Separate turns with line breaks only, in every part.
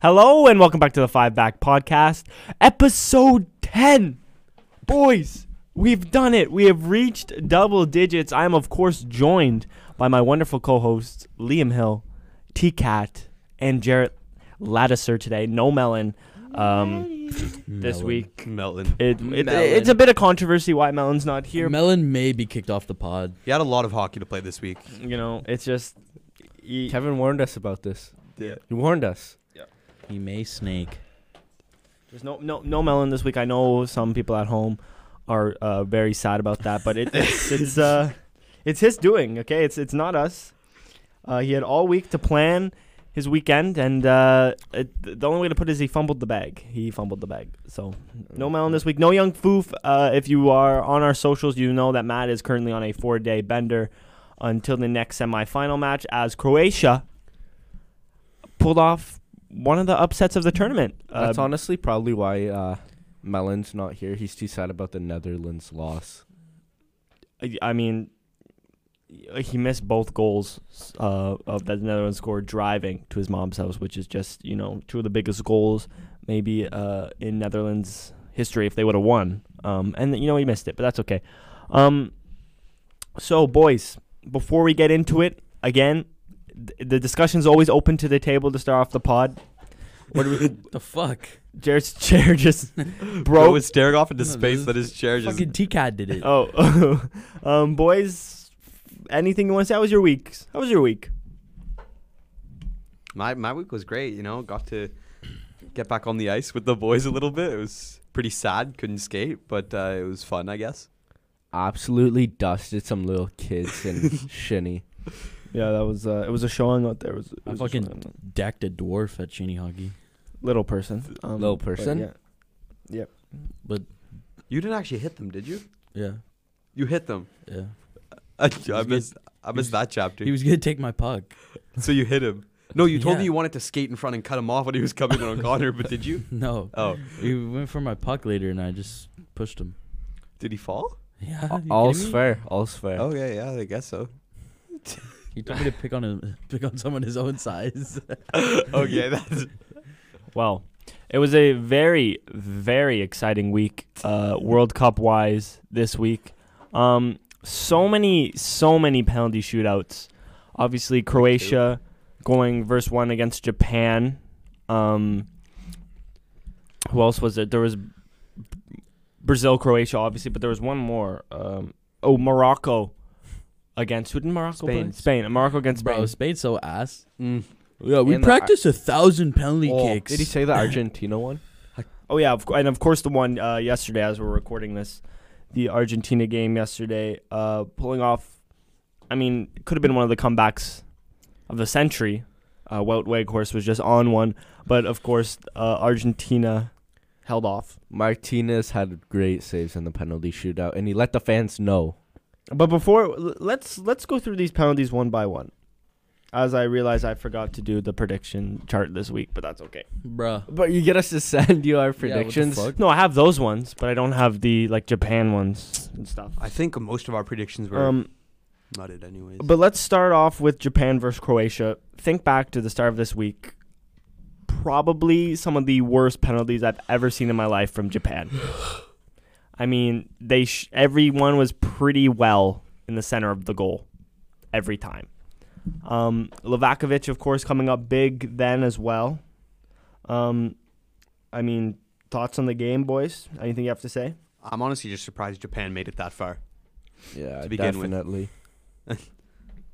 Hello and welcome back to the Five Back Podcast, episode 10. Boys, we've done it. We have reached double digits. I am, of course, joined by my wonderful co hosts, Liam Hill, T Cat, and Jarrett Lattiser today. No melon. Um, this week,
Melon.
it, it,
Melon.
it's a bit of controversy why Melon's not here.
Melon may be kicked off the pod.
He had a lot of hockey to play this week.
you know, it's just. he-
Kevin warned us about this.
Yeah.
He warned us.
He may snake.
There's no no no melon this week. I know some people at home are uh, very sad about that, but it, it's it's uh it's his doing. Okay, it's it's not us. Uh, he had all week to plan his weekend, and uh, it, the only way to put it is he fumbled the bag. He fumbled the bag. So
Mm-hmm.
no melon this week. No young foof. Uh, if you are on our socials, you know that Matt is currently on a four day bender until the next semifinal match as Croatia pulled off one of the upsets of the tournament.
That's
Um,
Uh,
honestly probably why uh, Melon's not here. He's too sad about the Netherlands loss.
I- I mean, y- he missed both goals uh, of that Netherlands scored driving to his mom's house, which is just you know two of the biggest goals maybe uh, in Netherlands history if they would have won. Um, and you know he missed it, but that's okay. Um, so boys, before we get into it again, th- the discussion's always open to the table to start off the pod.
What the fuck?
Jared's chair just
Bro
broke.
was staring off into
No,
space
this
that his chair just.
Fucking T-Cat did it.
Oh, um, boys, anything you want to say? How was your week? How was your week?
My my week was great. You know, got to get back on the ice with the boys a little bit. It was pretty sad. Couldn't skate, but uh, it was fun, I guess.
Absolutely dusted some little kids and shinny.
Yeah, that was uh, it was a showing out there. It was, it
I
was a
fucking-
showing.
Decked a dwarf at Cheney Hockey.
little person, um,
Little
but
person?
yeah.
But
You didn't actually hit them, did you?
yeah,
You hit them.
yeah.
I, I
was
missed. I missed
was-
that chapter.
He was gonna take my puck.
so you hit him. No, you told
Yeah.
me you wanted to skate in front and cut him off when he was coming on Connor, but did you?
No.
Oh,
He went for my puck later and I just pushed him.
did he fall?
Yeah.
A-
you
all's
kidding me?
fair. All's fair.
Oh yeah, yeah, I guess so.
He told me to pick on him pick on someone his own size.
okay, that's
Well, it was a very very exciting week, uh, World Cup wise this week. Um, so many so many penalty shootouts. Obviously, Croatia going verse one against Japan. Um, who else was it? There was Brazil, Croatia, obviously, but there was one more. Um, oh, Morocco against who did Morocco play?
Spain.
Spain. And Morocco against Spain.
Bro, Spade's so ass.
Mm.
Yeah, we
And the-
practiced a thousand penalty
Oh,
kicks.
Did he say the Argentina one?
Oh yeah, of, cou- and of course the one uh, yesterday as we're recording this, the Argentina game yesterday, uh, pulling off. I mean, could have been one of the comebacks of the century. Uh, Wout Weghorst was just on one, but of course uh, Argentina held off.
Martinez had great saves in the penalty shootout, and he let the fans know.
But before l- let's let's go through these penalties one by one. As I realize I forgot to do the prediction chart this week, but that's okay.
Bruh.
But you get us to send you our
the
predictions.
fuck?
No, I have those ones, but I don't have the like Japan ones and stuff.
I think most of our predictions were
Um,
mudded, anyways.
But let's start off with Japan versus Croatia. Think back to the start of this week. Probably some of the worst penalties I've ever seen in my life from Japan. I mean, they sh- everyone was pretty well in the center of the goal every time. Um, Livakovic, of course, coming up big then as well. Um, I mean, thoughts on the game, boys? Anything you have to say?
I'm honestly just surprised Japan made it that far.
Yeah,
To begin with.
definitely.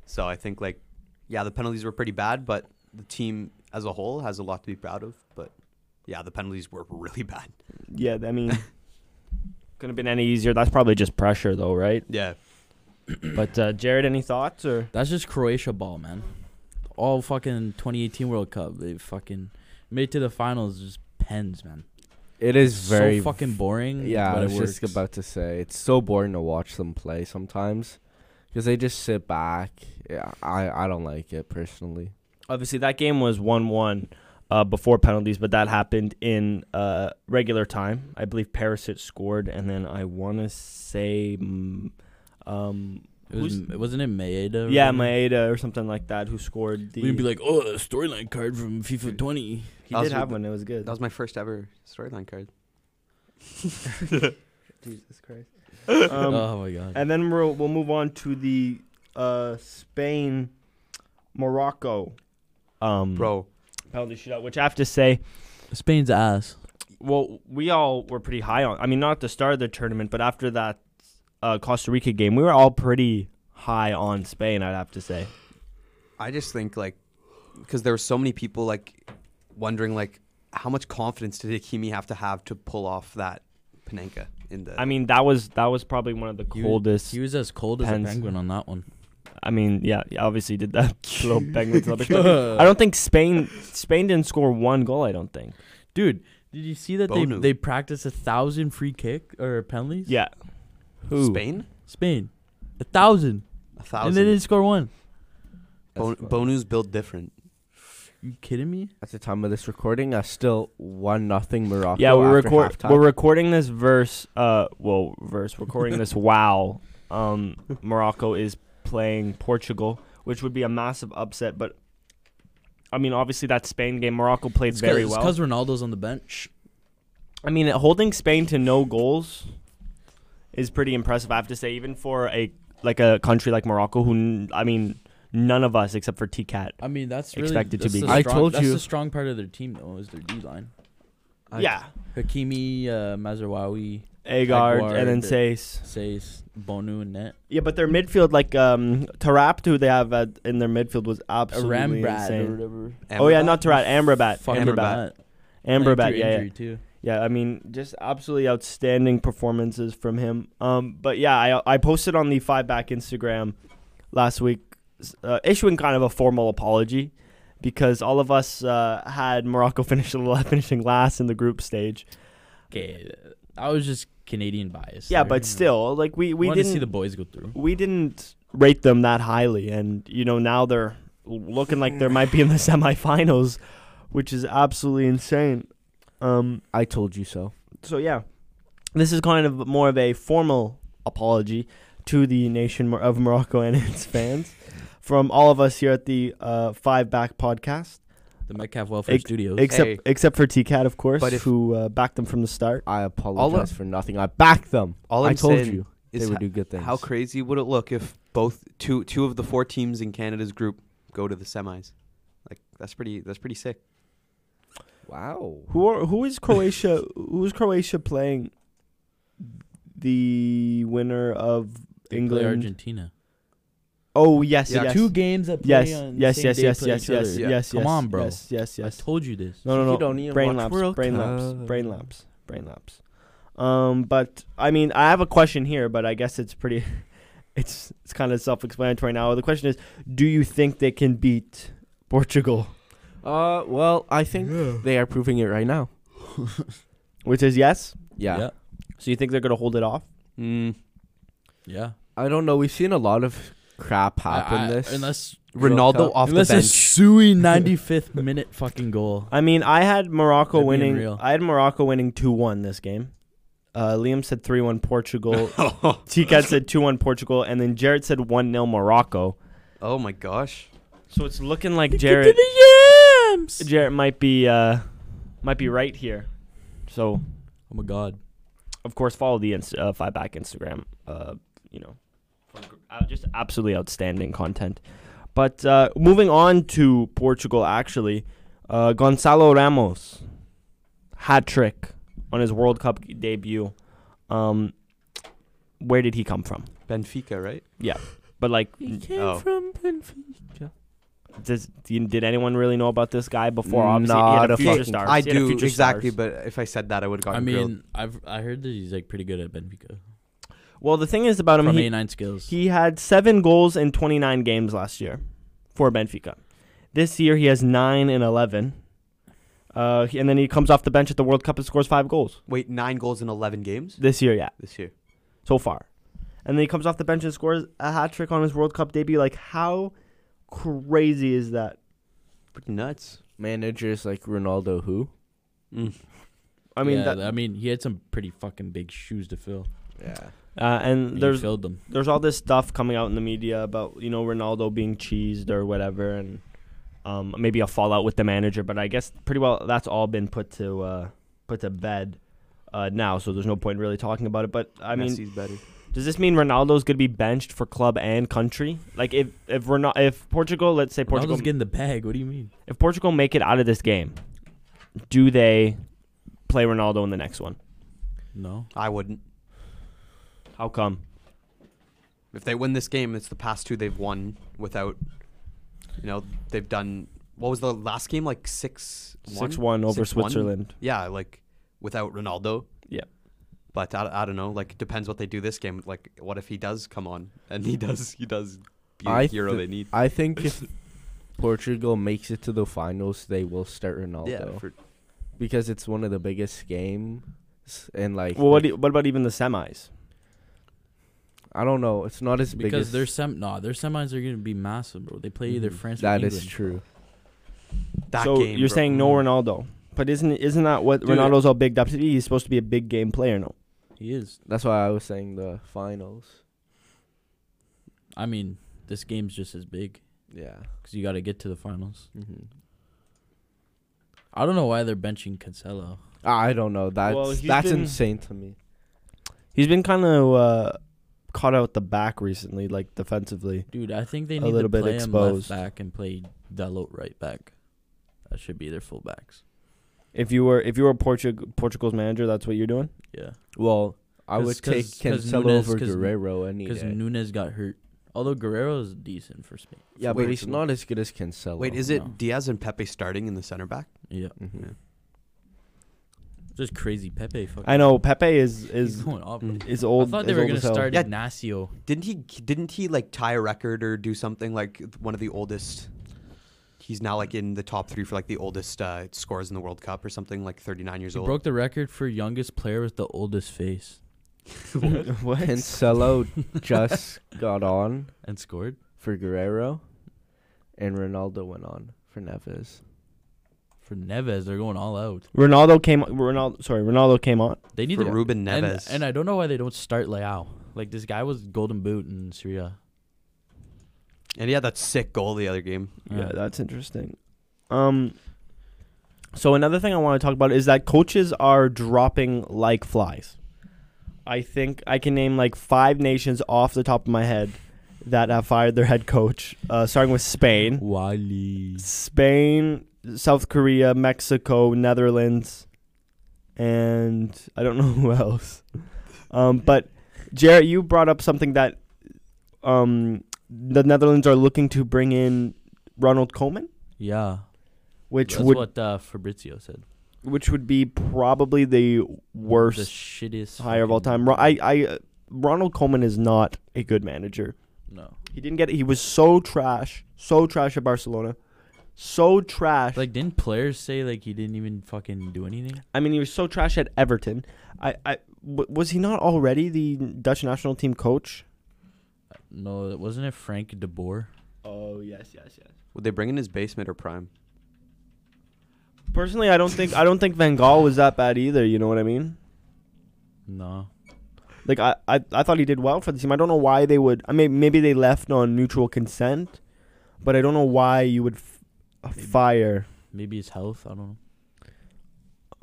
So I think like, yeah, the penalties were pretty bad, but the team as a whole has a lot to be proud of. But yeah, the penalties were really bad.
Yeah, I mean, couldn't have been any easier. That's probably just pressure, though, right?
Yeah,
But uh, Jared, any thoughts or
That's just Croatia ball, man. All fucking 2018 World Cup, they fucking made it to the finals. Just pens, man.
It is very
so fucking boring.
Yeah,
Mm, but
I
it
was just
works.
about to say it's so boring to watch them play sometimes because they just sit back. Yeah, I I don't like it personally.
obviously that game was one-one uh, before penalties, but that happened in uh, regular time. I believe Perisic scored, and then I want to say mm, um,
It was,
Who's-
wasn't it Maeda? or
Yeah,
whatever?
Maeda or something like that who scored the.
We'd be like, oh, a storyline card from FIFA 20.
he
That
did
was
have
with-
one. It was good.
That was my first ever storyline card.
Jesus Christ. Um,
oh my god.
and then we'll we'll move on to the uh, Spain, Morocco, um,
Bro,
penalty shootout. Which I have to say,
Spain's ass.
well, we all were pretty high on. I mean, not at the start of the tournament, but after that uh, Costa Rica game, we were all pretty high on Spain. I'd have to say.
I just think like because there were so many people like wondering like how much confidence did Hakimi have to have to pull off that Panenka in the
I mean, that was that was probably one of the
He was-
coldest.
He was as cold
Pens.
as a penguin on that one.
I mean, yeah, he obviously did that little penguins rubbish. But I don't think Spain Spain didn't score one goal. I don't think.
Dude, did you see that they,
Bonu.
they practiced a thousand free kick or penalties?
Yeah,
Who?
Spain?
Spain. A thousand.
A
And they
thousand.
didn't score one.
Bon-
That's fun.
Bonu's built different.
You kidding me?
At the time of this recording, uh, still one nothing Morocco.
yeah. We're
after
record
halftime.
we're recording this verse. Uh, well, verse recording this. Wow, um, Morocco is playing Portugal, which would be a massive upset. But I mean, obviously that Spain game, Morocco played very well.
because Ronaldo's on the bench.
I mean, holding Spain to no goals is pretty impressive. I have to say, even for a like a country like Morocco, who n- I mean, none of us except for T Cat.
I mean, that's really
Expected to
that's
be
the
good.
I
strong-
told
that's
you.
the strong part of their team though is their D line.
I-
Yeah,
Hakimi, uh, Mazraoui,
Agard,
Aguard,
and then
the-
Sace.
Says Bonu, and Net.
Yeah, but their midfield, like um, Tarap, who they have at, in their midfield, was absolutely
Rambrad or
insane.
whatever.
Oh yeah,
Amrabat?
not Tarap, Amrabat,
Fuck
Amrabat,
that.
Amrabat.
Through
Yeah, yeah,
injury, too.
yeah. I mean, just absolutely outstanding performances from him. Um, but yeah, I I posted on the five back Instagram last week, uh, issuing kind of a formal apology because all of us uh, had Morocco finish finishing last in the group stage.
Okay, uh, I was just Canadian bias.
Yeah,
there, you
but
know.
still, like we we
Wanted
didn't
to see the boys go through.
we didn't rate them that highly, and you know now they're looking like they might be in the semifinals, which is absolutely insane. Um,
I told you so.
so yeah, this is kind of more of a formal apology to the nation Mor- of Morocco and its fans from all of us here at the uh, Five Back Podcast,
The Metcalf Welfare
Ex-
Studios.
except
Hey.
except for TCAT, of course,
But if-
who uh, backed them from the start.
I apologize for nothing. I backed them.
All I'm
I told
saying
you
is
they would
ho-
do good things.
How crazy would it look if both two two of the four teams in Canada's group go to the semis? Like that's pretty that's pretty sick.
wow.
Who are who is Croatia? who is Croatia playing? The winner of
They play
England.
Argentina.
Oh yes,
Yeah,
yes,
Two games that play
yes,
on
yes,
same
yes,
day
yes,
play
yes,
each
yes,
other.
Yeah.
yes,
Come
yes,
on, bro.
Yes, yes, yes.
I told you this.
no, no, no.
You don't even
brain
watch
laps,
World
brain laps,
Cup.
brain laps, brain laps. Um, but I mean, I have a question here, but I guess it's pretty, it's it's kind of self-explanatory now. The question is, do you think they can beat Portugal?
Uh, well, I think they are proving it right now.
Which is yes.
Yeah.
yeah,
So you think they're gonna hold it off?
Mm.
yeah.
I don't know. We've seen a lot of crap happen
I- I-
this.
unless uh,
World
Ronaldo
Cup.
off
unless
the
a
bench.
Sui 95th minute fucking goal.
I mean, I had Morocco
That'd be
winning.
unreal.
I had Morocco winning two one this game. Uh, Liam said three one Portugal.
Oh
Tikat said two one Portugal, and then Jared said one 0 Morocco.
oh my gosh.
So it's looking like Jared
the yams.
Jared might be uh, might be right here. So
Oh my god.
of course follow the inst- uh, five back Instagram. Uh, you know, for gr- uh, just absolutely outstanding content. But uh, moving on to Portugal, actually, uh, Gonzalo Ramos hat trick on his World Cup debut. Um, where did he come from?
Benfica, right?
But like,
came
Oh.
from
does, did anyone really know about this guy before? Obviously, he
Not
had a
a
future
fucking-
star.
I
He had a
do
future
exactly,
stars.
but if I said that I would have gotten
I
grilled.
mean, I've I heard that he's like pretty good at Benfica.
Well, the thing is about him,
From
he,
A9 skills.
He had seven goals in 29 games last year for Benfica. This year he has nine and 11. Uh, he- and then he comes off the bench at the World Cup and scores five goals
Wait, 9 goals in 11 games
this year, yeah,
this year.
so far. And then he comes off the bench and scores a hat trick on his World Cup debut. Like, how crazy is that?
Pretty nuts.
Managers like Ronaldo, who?
I mean,
Yeah,
that,
I mean, he had some pretty fucking big shoes to fill.
Yeah.
Uh, and
And
there's
you filled them.
there's all this stuff coming out in the media about you know Ronaldo being cheesed or whatever, and um, maybe a fallout with the manager. But I guess pretty well that's all been put to uh, put to bed uh, now, so there's no point really talking about it. But I mean,
Messi's better.
does this mean Ronaldo's gonna be benched for club and country? Like if if Ronaldo, if Portugal, let's say Portugal,
Ronaldo's getting the bag. What do you mean?
if Portugal make it out of this game, do they play Ronaldo in the next one?
No.
I wouldn't.
How come?
If they win this game, it's the past two they've won without. You know they've done. What was the last game like? Six one.
Six one over
6-1?
Switzerland.
Yeah, like without Ronaldo.
Yeah.
But I, I don't know. Like depends what they do this game. Like what if he does come on and he does he does be
I
the hero
thi-
they need.
I think if Portugal makes it to the finals, they will start Ronaldo
Yeah. For,
because it's one of the biggest games and like
Well, what, do you- what about even the semis?
I don't know. It's not as big
Because
as
their sem no, their semis are gonna be massive, bro. They play either
Mm-hmm.
Mhm.
France
That
or
is
England.
true.
that
so
game,
you're
bro. Mm.
saying no
Mm.
Ronaldo, but isn't isn't that what
Dude.
Ronaldo's all bigged up to be? He's supposed to be a big game player, no?
He is.
That's why I was saying the finals.
I mean, this game's just as big
Yeah.
because you got to get to the finals.
Mm-hmm.
I don't know why they're benching Cancelo.
I don't know. That's
Well, he's
that's
been-
insane to me.
He's been kind of uh, caught out the back recently, like defensively.
Dude, I think they
A
need
little
to
bit
play
exposed.
him left back and play Dalot right back. That should be their fullbacks.
If you were if you were Portug- Portugal's manager, that's what you're doing.
Yeah,
Well, I
'Cause-
would take
'cause- 'cause
Cancelo
Nunes-
over
'cause-
Guerrero any
because
day.
Nunes got hurt. Although Guerrero is decent for Spain.
yeah,
Wait,
but he's
so-
not as good as Cancelo.
Wait, is it
no.
Diaz and Pepe starting in the center back?
Yeah,
Mhm.
just crazy Pepe. Fucking
I know Pepe is
He's
is
going up.
is
I
old.
thought they
is
were
old
gonna
as hell.
start
Yeah.
Ignacio.
Didn't he didn't he like tie a record or do something like one of the oldest? He's now like in the top three for like the oldest uh, scores in the World Cup or something like 39 years
He
old.
broke the record for youngest player with the oldest face
what?
Cancelo just got on
and scored.
for Guerrero, and Ronaldo went on for Neves.
For Neves, they're going all out.
Ronaldo came. Ronaldo, sorry, Ronaldo came on.
They need
for
to
Ruben
And-
Neves.
And, I don't know why they don't start Leao. Like this guy was golden boot in Syria.
And he had that sick goal the other game.
Yeah,
Yeah.
that's interesting. Um. So another thing I want to talk about is that coaches are dropping like flies. I think I can name like five nations off the top of my head that have fired their head coach, uh, starting with Spain,
Wally.
Spain, South Korea, Mexico, Netherlands, and I don't know who else. Um, but Jarrett, you brought up something that um, the Netherlands are looking to bring in Ronald Koeman
Yeah.
which
That's
would
what uh, Fabrizio said.
which would be probably the
The
worst
shittiest
hire of all
fucking-
time. Ro- I I uh, Ronald Coleman is not a good manager.
No.
He didn't get. He was so trash, so trash at Barcelona, so trash.
Like didn't players say like he didn't even fucking do anything?
I mean, he was so trash at Everton. I I w- was he not already the Dutch national team coach?
No, it- wasn't it Frank De Boer?
Oh yes, yes, yes.
Would they bring in his basement or prime?
Personally, I don't think I don't think Van Gaal was that bad either. You know what I mean?
No.
Like I, I, I thought he did well for the team. I don't know why they would. I mean, maybe they left on mutual consent, but I don't know why you would f- uh,
Maybe.
fire.
Maybe his health, I don't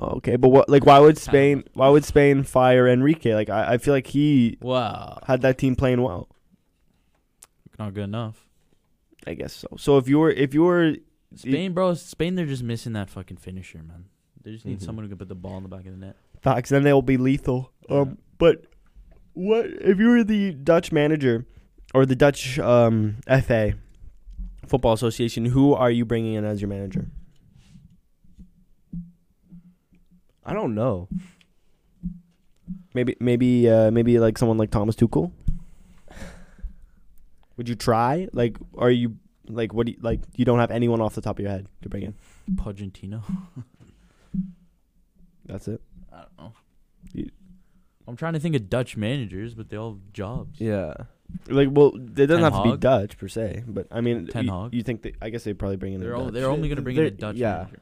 know.
Okay, but what? Like, why would Spain? Why would Spain fire Enrique? Like, I, I feel like he
Wow.
had that team playing well.
Not good enough.
I guess so. So if you were, if you were,
Spain, bro, Spain they're just missing that fucking finisher, man. They just need
Mm-hmm.
Mhm.
someone who can put the ball in the back of the net.
facts, then they will be lethal.
Yeah.
Um, but what if you were the Dutch manager or the Dutch um FA Football Association? Who are you bringing in as your manager?
I don't know.
Maybe, maybe, uh, maybe like someone like Thomas Tuchel. Would you try? Like, are you like what? Do you, like, you don't have anyone off the top of your head to bring in.
Pugentino.
That's it.
I don't know.
You-
I'm trying to think of Dutch managers, but they all have jobs.
Yeah.
Like, well, it doesn't
Ten
have to be
Hag?
Dutch per se, but I mean,
Ten
you,
Hag?
you think they, I guess they probably bring in.
They're,
a
all,
Dutch.
they're only going to bring in a
They're-
Dutch
yeah.
manager.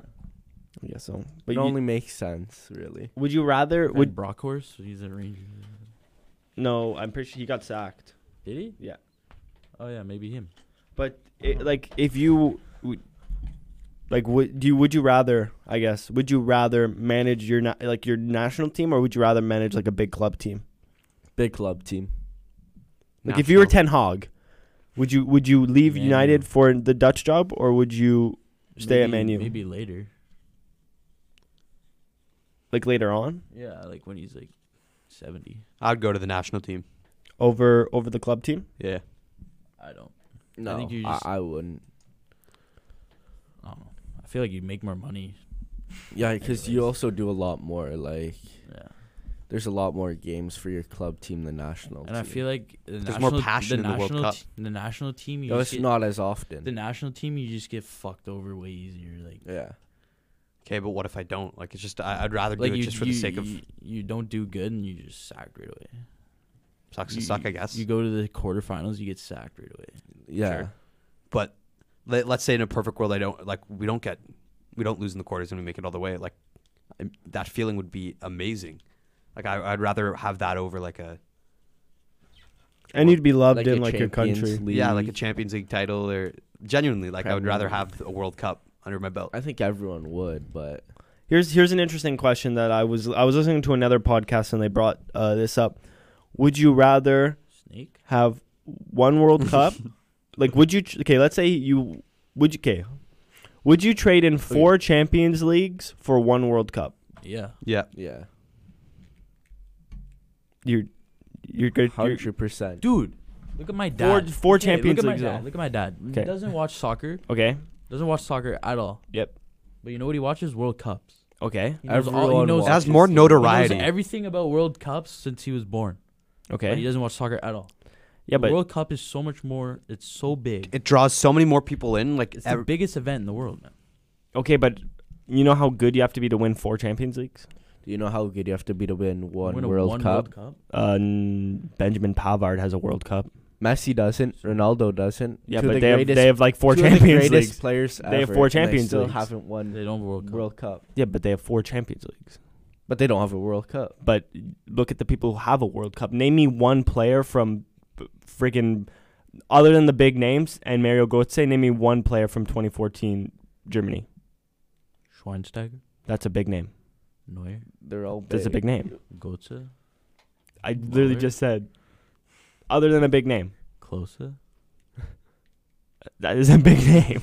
I guess so.
But
But
it
you,
only makes sense, really.
would you rather
Would
would
Brockhorst? He's a Ranger.
No, I'm pretty sure he got sacked.
Did he?
Yeah.
Oh yeah, maybe him.
But it, like, if you would- like, would do you would you rather? I guess would you rather manage your na- like your national team, or would you rather manage like a big club team?
Big club team.
Like, if you were
National.
Ten Hog, would you would you leave
Man U.
United for the Dutch job, or would you Stay at
Maybe-
Man U.
Maybe later.
like later on
Yeah, like when he's like seventy.
I'd go to the national team.
over over the club team?
Yeah.
I don't.
No, I,
think you just-
I, wouldn't.
I don't know. I feel like you make more money.
Yeah, because you
Anyways.
also do a lot more. Like,
Yeah.
there's a lot more games for your club team than national.
And I
team.
feel like the
There's
national,
more passion in the World
national
Cup.
te- the national team, you
No,
just
it's
get,
not as often.
the national team, you just get fucked over way easier. Like,
yeah,
Okay, but what if I don't? Like, it's just I, I'd rather do
like
it
you,
just for
you,
the sake of
you, you don't do good and you just sacked right away.
sucks
you,
to suck, I guess.
You go to the quarterfinals, you get sacked right away.
yeah.
Sure. but let, let's say in a perfect world, I don't like we don't get we don't lose in the quarters and we make it all the way. Like i that feeling would be amazing. Like I, I'd rather have that over like a
And you'd be loved in
a
like your
Champions
country.
yeah like a
League.
Champions League title or genuinely like I would
Premier
rather
League.
have a World Cup under my belt.
I think everyone would, but
Here's here's an interesting question that I was I was listening to another podcast and they brought uh, this up. Would you rather
Snake?
have one World Cup? like, would you? tr- Okay, let's say you would. You, okay, would you trade in four Champions Leagues for one World Cup?
Yeah.
Yeah,
yeah,
You're you're good. You're,
hundred percent.
Dude, look at my dad.
Four- four
Okay,
Champions
look at my
Leagues,
dad,
though.
Look at my dad.
Okay.
Doesn't watch soccer.
okay.
Doesn't watch soccer at all.
Yep.
But you know what he watches? World Cups.
Okay.
He knows all, he
Everyone
knows
it has
watches
more
the-
He knows
notoriety.
everything about World Cups since he was born. But he
Okay.
doesn't watch soccer at all.
Yeah,
The
but
World Cup is so much more. It's so big.
it draws so many more people in. Like
It's the
ev-
biggest event in the world, man.
okay, but you know how good you have to be to win four Champions Leagues?
Do you know how good you have to be to win one
Win a
World
one
Cup?
World Cup.
Uh, n- Benjamin Pavard has a World Cup.
Messi doesn't. Ronaldo doesn't.
Yeah,
Two
but
of the
they have,
greatest-
they have like four
two of the
Champions
greatest
Leagues.
players.
They have
ever,
four
and
Champions
Still
Leagues.
haven't won
They don't have a World Cup.
World Cup,
Yeah, but they have four Champions Leagues.
but they don't have a World Cup.
But look at the people who have a World Cup. Name me one player from b- friggin' other than the big names and Mario Götze. Name me one player from 2014 Germany.
Schweinsteiger,
That's a big name.
Neuer,
They're all.
That's a big name.
Götze,
I literally
Muller?
just said other than a big name.
Klose.
That is a big name.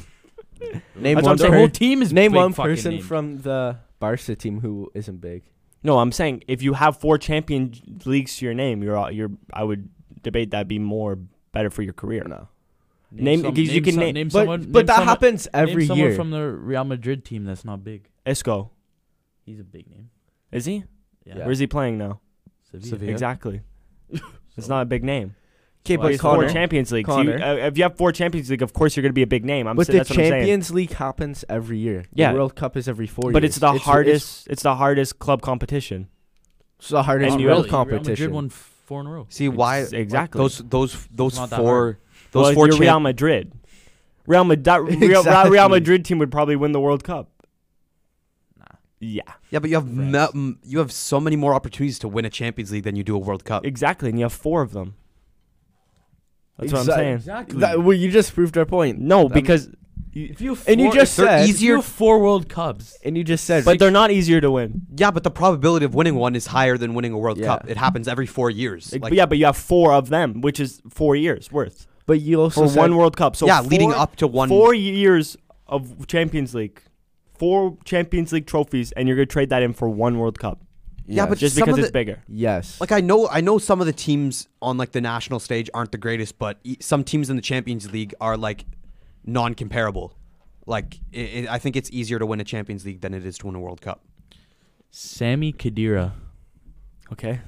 That's
Name
what
one.
I'm saying.
The
per-
whole team is
name
big
one
fucking
person
names.
from the Barca team who isn't big.
No, I'm saying if you have four Champions Leagues to your name, you're all- you're. I would debate that'd be more better for your career.
No,
Name-
some-
'cause you can
some-
name-
but,
someone.
but
name
that
someone-
happens every
name someone
year.
from the Real Madrid team that's not big.
Isco
He's a big name.
is he?
Yeah.
Yeah.
Where's he playing now?
Sevilla.
Sevilla. Yeah.
Exactly. It's
So-
not a big name.
Okay,
Well,
But
but
it's
it's four
Connor,
Champions Leagues. You,
Connor.
uh, if you have four Champions League, of course you're going to be a big name. I'm
but
sa-
the
that's what I'm saying.
Champions League happens every year.
Yeah.
the World Cup is every four years.
But it's the
it's-
hardest. It's, the hardest club competition.
It's the hardest
And
Not
you-
real
Oh, really. Real Madrid
competition.
won f- four in a row.
see why
Ex- exactly.
those those those
not that
four those
Well,
four
you're Real
champ-
Madrid. Real Madrid. Real,
Exactly.
Real Madrid team would probably win the World Cup.
Nah.
Yeah,
yeah, but you have
France.
ma- m- you have so many more opportunities to win a Champions League than you do a World Cup.
exactly. And you have four of them. That's what I'm
Exact-
saying.
Exactly.
That, well, you just proved our point.
No,
That-
because
if you
and you
four-
just
they're
said,
easy-
if you have four World Cups.
and you just said,
but they're not easier to win.
Yeah, but the probability of winning one is higher than winning a World
Yeah.
Cup. It happens every four years.
But yeah, but you have four of them, which is four years worth
but you also
for
said,
one World Cup. So
yeah,
four-
leading up to one.
four years of Champions League, four Champions League trophies, and you're gonna trade that in for one World Cup
Yeah,
Yes.
but
just
some
because
of
it's
the-
bigger.
yes,
Like I know, I know some of the teams on like the national stage aren't the greatest, but e- some teams in the Champions League are like non-comparable. Like i i I think it's easier to win a Champions League than it is to win a World Cup.
Sammy Kadira.
Okay,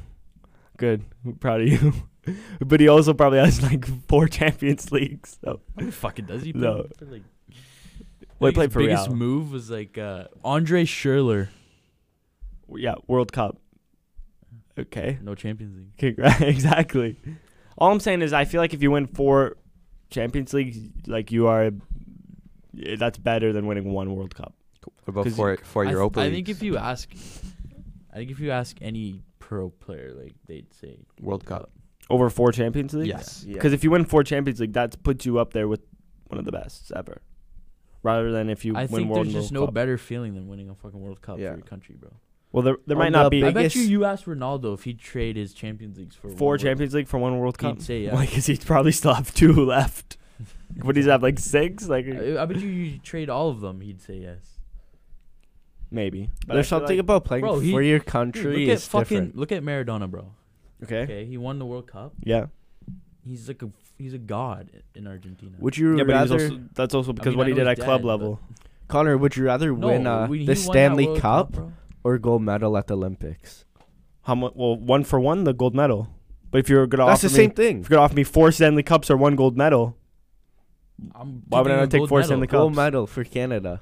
good. I'm proud of you. but he also probably has like four Champions Leagues. So
fucking does he?
No.
play for, like-
Well, he
I think
played
his
for
biggest
Real.
move was like uh, Andre Schurrle.
yeah, World Cup. Okay,
No Champions League.
Congra- exactly. All I'm saying is, I feel like if you win four Champions Leagues, like you are, yeah, that's better than winning one World Cup.
What about
'Cause
for for
I, th-
Europa
I
League,
think if you ask, I think if you ask any pro player, like they'd say
World Cup?
over four Champions League?
Yes.
Yeah.
Because if you win four Champions League, that puts you up there with one of the best ever. Rather than if you
I
win
think
World
there's just
World
no
Cup.
better feeling than winning a fucking World Cup
Yeah.
for your country, bro.
Well, there, there
On
might not
the
be
I bet
Biggest-
you you asked Ronaldo if he'd trade his Champions Leagues for
four Champions League for one World
Cup.
Cup.
He'd say yeah.
Why? Because he'd probably still have two left. What does he have? Like six? Like
I, I bet you you trade all of them. He'd say yes.
maybe. But
There's
I feel
something
like-
about playing
Bro, he-
for your
Dude,
country
look at
is
fucking
different.
look at Maradona, bro.
okay.
Okay, he won the World Cup.
Yeah.
He's like a he's a god i- in Argentina.
Would you
Yeah, but he was
rather,
also, that's also because
mean,
what
I
he
know
did
he's
at club
dead,
level.
Connor? Would you rather
no,
win uh,
when he
the
won that
Stanley
World
Cup
bro,
or gold medal at the Olympics?
How much? Well, one for one, the gold medal. But if you're gonna
That's
offer
the same
me,
thing.
if you're gonna offer me four Stanley Cups or one gold medal,
I'm
Why would I
keeping
not
a
take
gold
four
medal.
Stanley Cup?
Gold
Cups.
medal for Canada.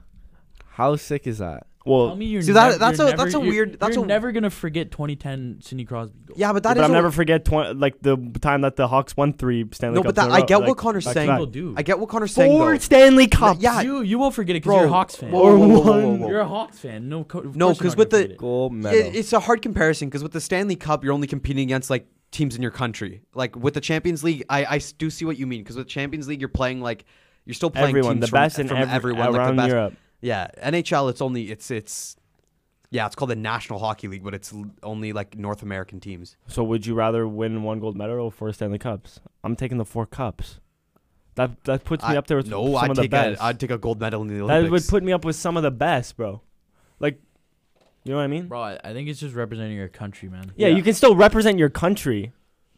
How sick is that?
Tell
well,
me you're
See, that-
nev-
that's
you're
a- that's
never-
a
you're-
weird- that's
you're
a-
never gonna forget 2010 Sidney Crosby goal.
Yeah, but
but
that is
I'll
a-
never forget twen- like the time that the Hawks won three Stanley
No, but
Cups.
that,
in a
I
row,
get
like,
what Connor's
back to
saying.
back.
people do.
I get what Connor's saying.
Four
though.
Stanley Cups.
yeah,
you you won't forget it because
Bro,
you're a Hawks fan.
whoa, whoa, whoa, whoa, whoa, whoa.
You're a Hawks fan. No, co- of
No,
course you're
'cause
not
with
gonna
the-
forget it.
Gold medal.
It, it's a hard comparison because with the Stanley Cup, you're only competing against like teams in your country. Like with the Champions League, I, I s- do see what you mean because with Champions League, you're playing like you're still playing
everyone,
teams
the
from,
best in
from
every,
everyone like,
around
the best.
Europe.
Yeah, NHL. It's only it's it's yeah, it's called the National Hockey League, but it's l- only like North American teams.
So would you rather win one gold medal or four Stanley Cups? I'm taking the four cups. That that puts me
I-
up there with
no,
some
I'd
of the
take
best.
a I'd take a gold medal in the Olympics.
that would put me up with some of the best, bro. Like, you know what I mean?
Bro, I I think it's just representing your country, man.
Yeah,
Yeah.
you can still represent your country,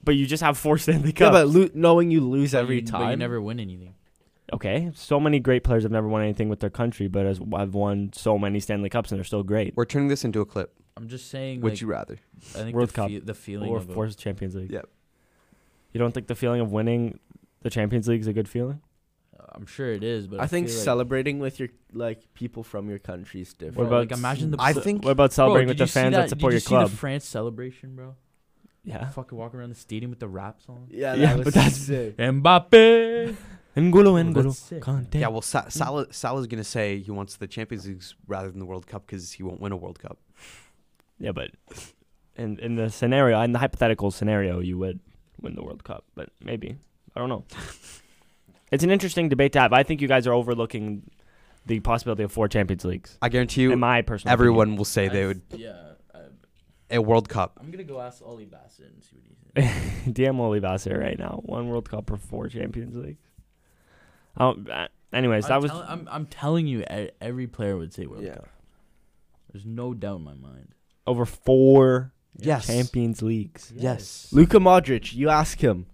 but you just have four Stanley
yeah,
Cups.
but lo- knowing you lose
But
every
you- but
time.
you never win anything.
okay, so many great players have never won anything with their country, but as I've won so many Stanley Cups and they're still great.
We're turning this into a clip.
I'm just saying.
Would
like,
you rather?
I think
World
the,
Cup
fe- the feeling
Or
of it.
four Champions League.
Yep.
You don't think the feeling of winning the Champions League is a good feeling?
I'm sure it is, but I,
I think
feel like,
celebrating with your like people from your country is different.
What
Bro,
about
like, imagine the
I
bro,
think
What about celebrating
did
with
you
the
see
fans that,
did
support
you
your
see
club?
The France celebration, bro.
yeah.
Fucking walk around the stadium with the rap song.
yeah,
Yeah,
that was
but that's-
sick.
Mbappe.
N'Golo,
Oh, that's
N'Golo,
sick,
Conte.
Yeah, well, Sa- Salah Salah's gonna say he wants the Champions Leagues rather than the World Cup because he won't win a World Cup.
Yeah, but in in the scenario, in the hypothetical scenario, you would win the World Cup, but maybe I don't know. it's an interesting debate to have. I think you guys are overlooking the possibility of four Champions Leagues.
I guarantee
In
you,
my personal, opinion.
everyone will say they
I-
would
Yeah, I,
a World Cup.
I'm gonna go ask Ollie Bassett and see what he says.
DM Oli Vassar right now, one World Cup or four Champions Leagues. I don't, uh, anyways,
I'm
that was
tell- I'm, I'm telling you, e- every player would say World
Yeah.
Cup. There's no doubt in my mind.
over four
Yes.
Champions Leagues.
Yes.
Luka Modric, you ask him.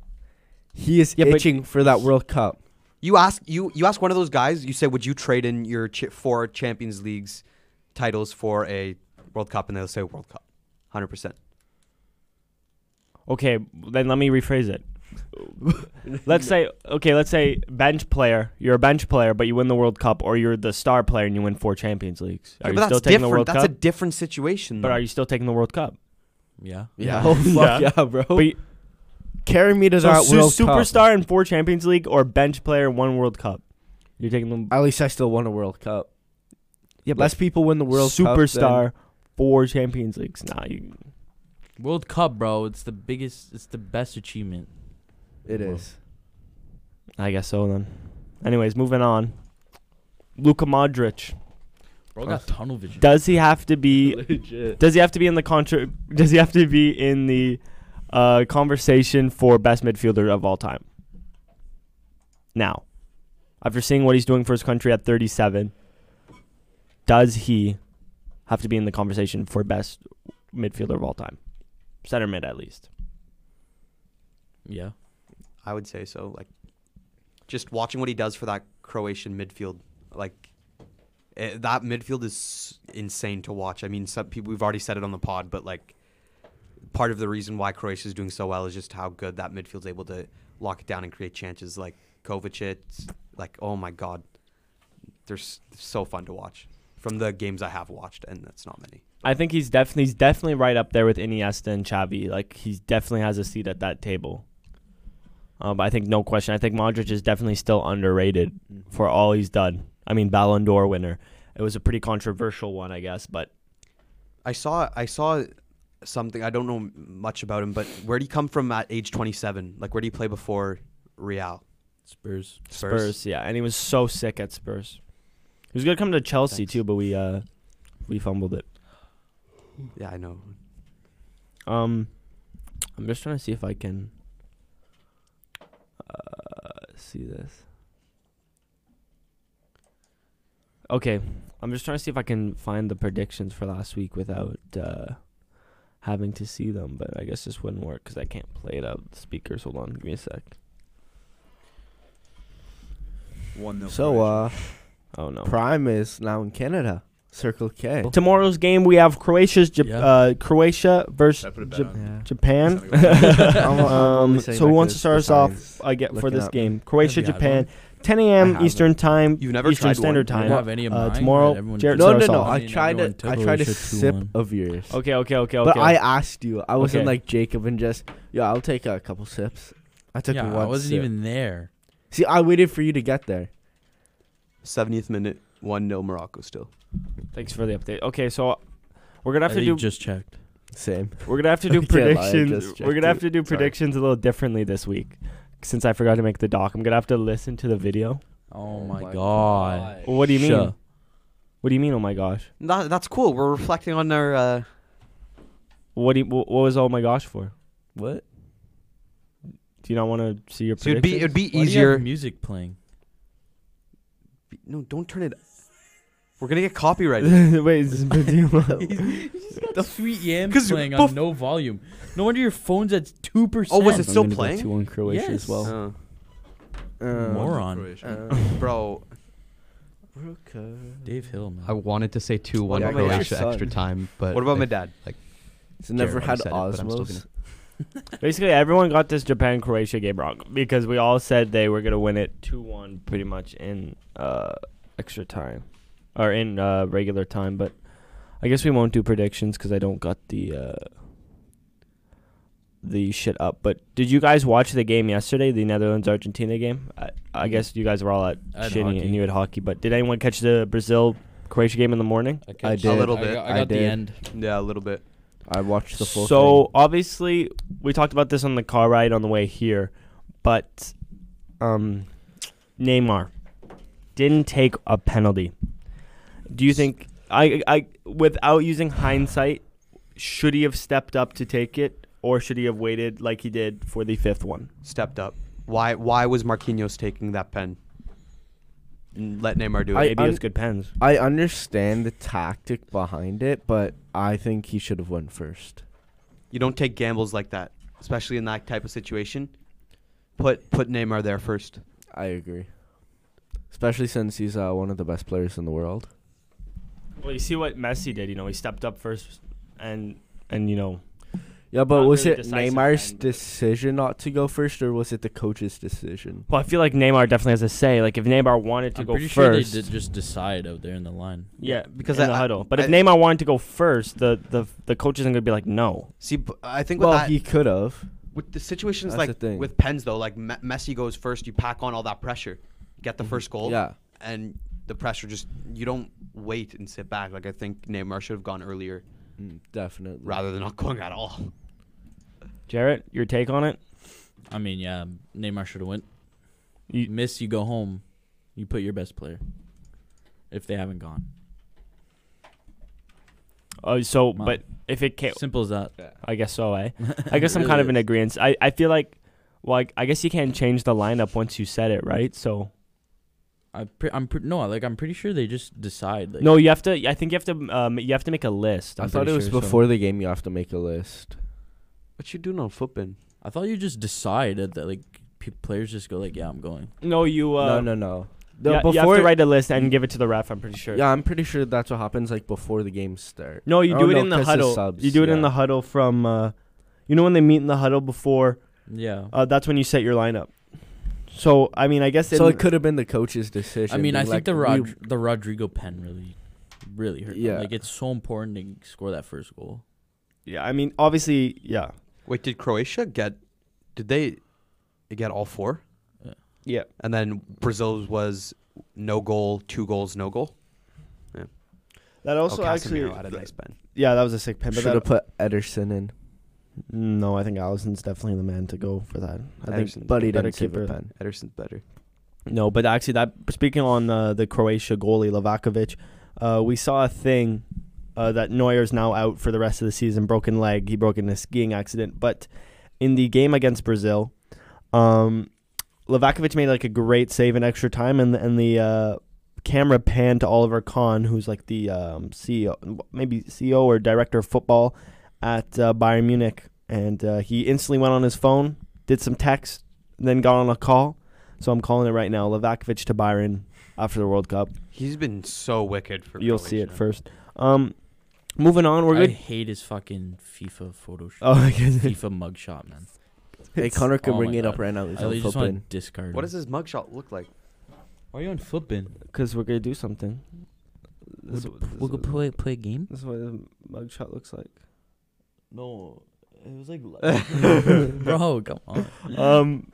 He is
Yeah, but-
itching for that World Cup.
You ask you you ask one of those guys. You say, "Would you trade in your ch- four Champions Leagues titles for a World Cup?" And they'll say, "World Cup, hundred percent."
Okay, then let me rephrase it. let's say okay, let's say bench player. You're a bench player, but you win the World Cup, or you're the star player and you win four Champions Leagues. Are
Yeah,
you
but that's
still taking
different.
the World
that's
Cup?
a different situation.
but
though.
are you still taking the World Cup?
Yeah.
Yeah.
Yeah.
Oh fuck
Yeah.
yeah, bro.
But you-
Carry me to
so
that
su-
World Cup.
superstar and four Champions League, or bench player one World Cup. You're taking them.
At least I still won a World Cup.
Yeah,
Less people win the World Cup.
superstar, four Champions Leagues. Nah, you,
World Cup, bro. It's the biggest. It's the best achievement.
than- It
Well.
is.
I guess so then. Anyways, moving on. Luka Modric.
Bro got tunnel vision.
Does he have to be
Legit.
Does he have to be in the contra- Does he have to be in the uh, conversation for best midfielder of all time? Now, after seeing what he's doing for his country at 37, does he have to be in the conversation for best midfielder of all time? Center mid, at least.
yeah.
I would say so. Like, just watching what he does for that Croatian midfield, like. eh, that midfield is insane to watch. I mean, some people we've already said it on the pod, but like, part of the reason why Croatia is doing so well is just how good that midfield's able to lock it down and create chances. Like Kovacic, like oh my god, they're s- so fun to watch. From the games I have watched, and that's not many.
I think he's definitely he's definitely right up there with Iniesta and Xavi. Like he definitely has a seat at that table. Um, I think no question. I think Modric is definitely still underrated for all he's done. I mean, Ballon d'Or winner. It was a pretty controversial one, I guess, but
I saw I saw something. I don't know m- much about him, but where do you come from at age 27? Like, where do you play before Real?
Spurs.
Spurs. yeah, and he was so sick at Spurs. He was gonna come to Chelsea
Thanks.
too, but we uh we fumbled it.
Yeah, I know.
Um, I'm just trying to see if I can uh, see this. Okay, I'm just trying to see if I can find the predictions for last week without uh, having to see them, but I guess this wouldn't work because I can't play it out of the speakers. Hold on, give me a sec.
One nil.
so uh,
Oh no.
Prime is now in Canada. Circle K.
Tomorrow's game we have Croatia's Jap-
Yeah.
uh, Croatia versus
I put a bet
Jap-
on.
Yeah.
Japan.
It's not
I'm- I'm
um,
only saying
so who
like
wants to
this,
start us
the
off?
science.
I get for
Looking
this
up.
game, Croatia
That'd be
Japan,
odd
10
I
a.m.
haven't.
Eastern time.
You've never
Eastern
tried one?
Standard
I
Time.
don't have any of
uh,
mine.
tomorrow,
Everyone
Jared-
just
No,
No,
Start
no,
us
no.
off.
I
mean,
tried
everyone
to. I
took
tried to
Croatia 2-1.
sip of yours.
Okay, okay, okay, okay.
But I asked you. I wasn't
Okay.
like Jacob and just, yeah, I'll take a couple sips. I took
yeah,
one.
I wasn't
sip.
even there.
See, I waited for you to get there.
70th minute, 1 0 Morocco still.
Thanks for the update. Okay, so we're gonna
I
have to
think
do
just checked.
Same.
we're gonna have to do
I can't lie, I
predictions.
just
We're
checked
gonna have
it.
to do predictions a little differently this week, since I forgot to make the doc. I'm gonna have to listen to the video.
Oh, my, god.
What do you mean?
Sure.
What do you mean? Oh my gosh.
That, that's cool. We're reflecting on our. Uh,
What do you, wh- what was oh my gosh for?
What?
Do you not want to see your
so it'd be,
predictions?
it'd be
Why do you have
easier.
music playing.
No, don't turn it. We're going to get copyrighted.
Wait, is this
The sweet yam
'Cause
playing
bef-
on no volume. No wonder your phone's at two percent.
Oh, was it still playing?
Two in Croatia
Yes.
as well.
Uh,
Um, moron?
Croatia.
bro,
Dave Hill, man.
I wanted to say 2 1
Yeah,
I got
Croatia
your
extra
son.
time, but.
what about
I-
my dad?
So never
Jared
had
said it, but I'm still
Osmos.
gonna-
Basically, everyone got this Japan Croatia game wrong because we all said they were gonna win it two one pretty much in uh, extra time or in uh, regular time. But I guess we won't do predictions because I don't got the uh, the shit up. But did you guys watch the game yesterday, the Netherlands Argentina game? I, I guess you guys were all at
I had
shitting
hockey.
and you had hockey. But did anyone catch the Brazil Croatia game in the morning?
I
catch-
did. A
little
I
bit.
got,
I
I got the
did.
end.
Yeah, a little bit.
I watched the full
so uh,
thing.
obviously we talked about this on the car ride on the way here but um neymar didn't take a penalty do you think i i without using hindsight should he have stepped up to take it or should he have waited like he did for the fifth one
Stepped up. Why Why was Marquinhos taking that pen? N- Let Neymar do it.
I-
maybe it was
un-
good pens
I understand the tactic behind it, but I think he should have went first.
you don't take gambles like that, especially in that type of situation. Put put Neymar there first.
I agree. Especially since he's uh, one of the best players in the world.
well you see what messi did you know he stepped up first and and you know
Yeah, but
Not
was
really
it
decisive
Neymar's
then, but-
decision not to go first, or was it the coach's decision?
well i feel like neymar definitely has a say like if neymar wanted to
I'm
go
pretty
first
sure they did just decide out there in the line.
Yeah,
because
because in
I-
the
I-
huddle. But if
I-
Neymar wanted to go first, the the the coach isn't gonna be like, no.
See, b- I think with
Well,
that,
he could have.
with the situations
That's
like
the thing.
with pens though, like Me- Messi goes first, you pack on all that pressure, get the first goal,
Mm-hmm. Yeah.
and the pressure just you don't wait and sit back. Like I think Neymar should have gone earlier
Mm, definitely.
rather than not going at all.
Jarrett, your take on it?
I mean, yeah, Neymar should have went.
You-
You miss, you go home. You put your best player. If they haven't gone,
Oh, so
Mine.
but if it can't,
simple as that.
I guess so. Eh? I guess I'm kind of in agreement. I I feel like, well, I, I guess you can't change the lineup once you set it, right? So
I pre- I'm pre- no, like I'm pretty sure they just decide. Like,
no, you have to. I think you have to. Um, you have to make a list.
I
I'm
thought it
pretty
was
sure, so-
before the game. You have to make a list.
What you doing on footbin?
I thought you just decide that, that like pe- players just go like, yeah, I'm going.
No, you. Uh,
no, no, no.
you-
The-
you have to write a list and give it to the ref. I'm pretty sure.
Yeah, I'm pretty sure that's what happens like before the games start.
No, you
Oh,
do it
no,
in the
'cause the
huddle.
subs,
you do it in
yeah.
the huddle from. Uh, you know when they meet in the huddle before.
Yeah.
Uh, that's when you set your lineup. So I mean, I guess
So
in-
it could have been the coach's decision.
I mean, I
being
think
like,
the
we-
Rod- the Rodrigo pen really, really hurt. them.
Yeah.
Like it's so important to score that first goal.
Yeah, I mean, obviously, yeah,
Wait, did Croatia get? Did they get all four?
yeah.
And then Brazil was no goal, two goals, no goal.
That also
oh,
actually,
Casemiro had a nice pen.
yeah, that was a sick pin. But
Should have
that,
put Ederson in.
no, I think Allison's definitely the man to go for that. I
Ederson's
think,
But he
better
didn't save a
keeper.
pen.
Ederson's better.
No, but actually, that speaking on uh, the Croatia goalie Lavakovic, uh, we saw a thing uh, that Neuer's now out for the rest of the season, broken leg. He broke in a skiing accident, but in the game against Brazil, um, Lavakovic made like a great save in extra time, and and the uh, camera panned to Oliver Kahn, who's like the um, CEO, maybe CEO or director of football at uh, Bayern Munich, and uh, he instantly went on his phone, did some text, then got on a call. So I'm calling it right now. Lavakovic to Byron after the World Cup.
He's been so wicked for.
You'll see it
Croatia.
first. Um, moving on, we're
I
good.
hate his fucking FIFA photo shoot.
Oh, I guess it-
FIFA mugshot, man.
Hey, Connor can
oh
bring
my
it up
God.
right now. He's
I
on
really just
football.
want to discard.
What
him.
does his mugshot look like?
Why are you on footbin?
because we're gonna do something. This is what- this
We'll
is
go
what-
play play a game.
This is what the mugshot looks like.
No, it was like, bro, come on.
Um,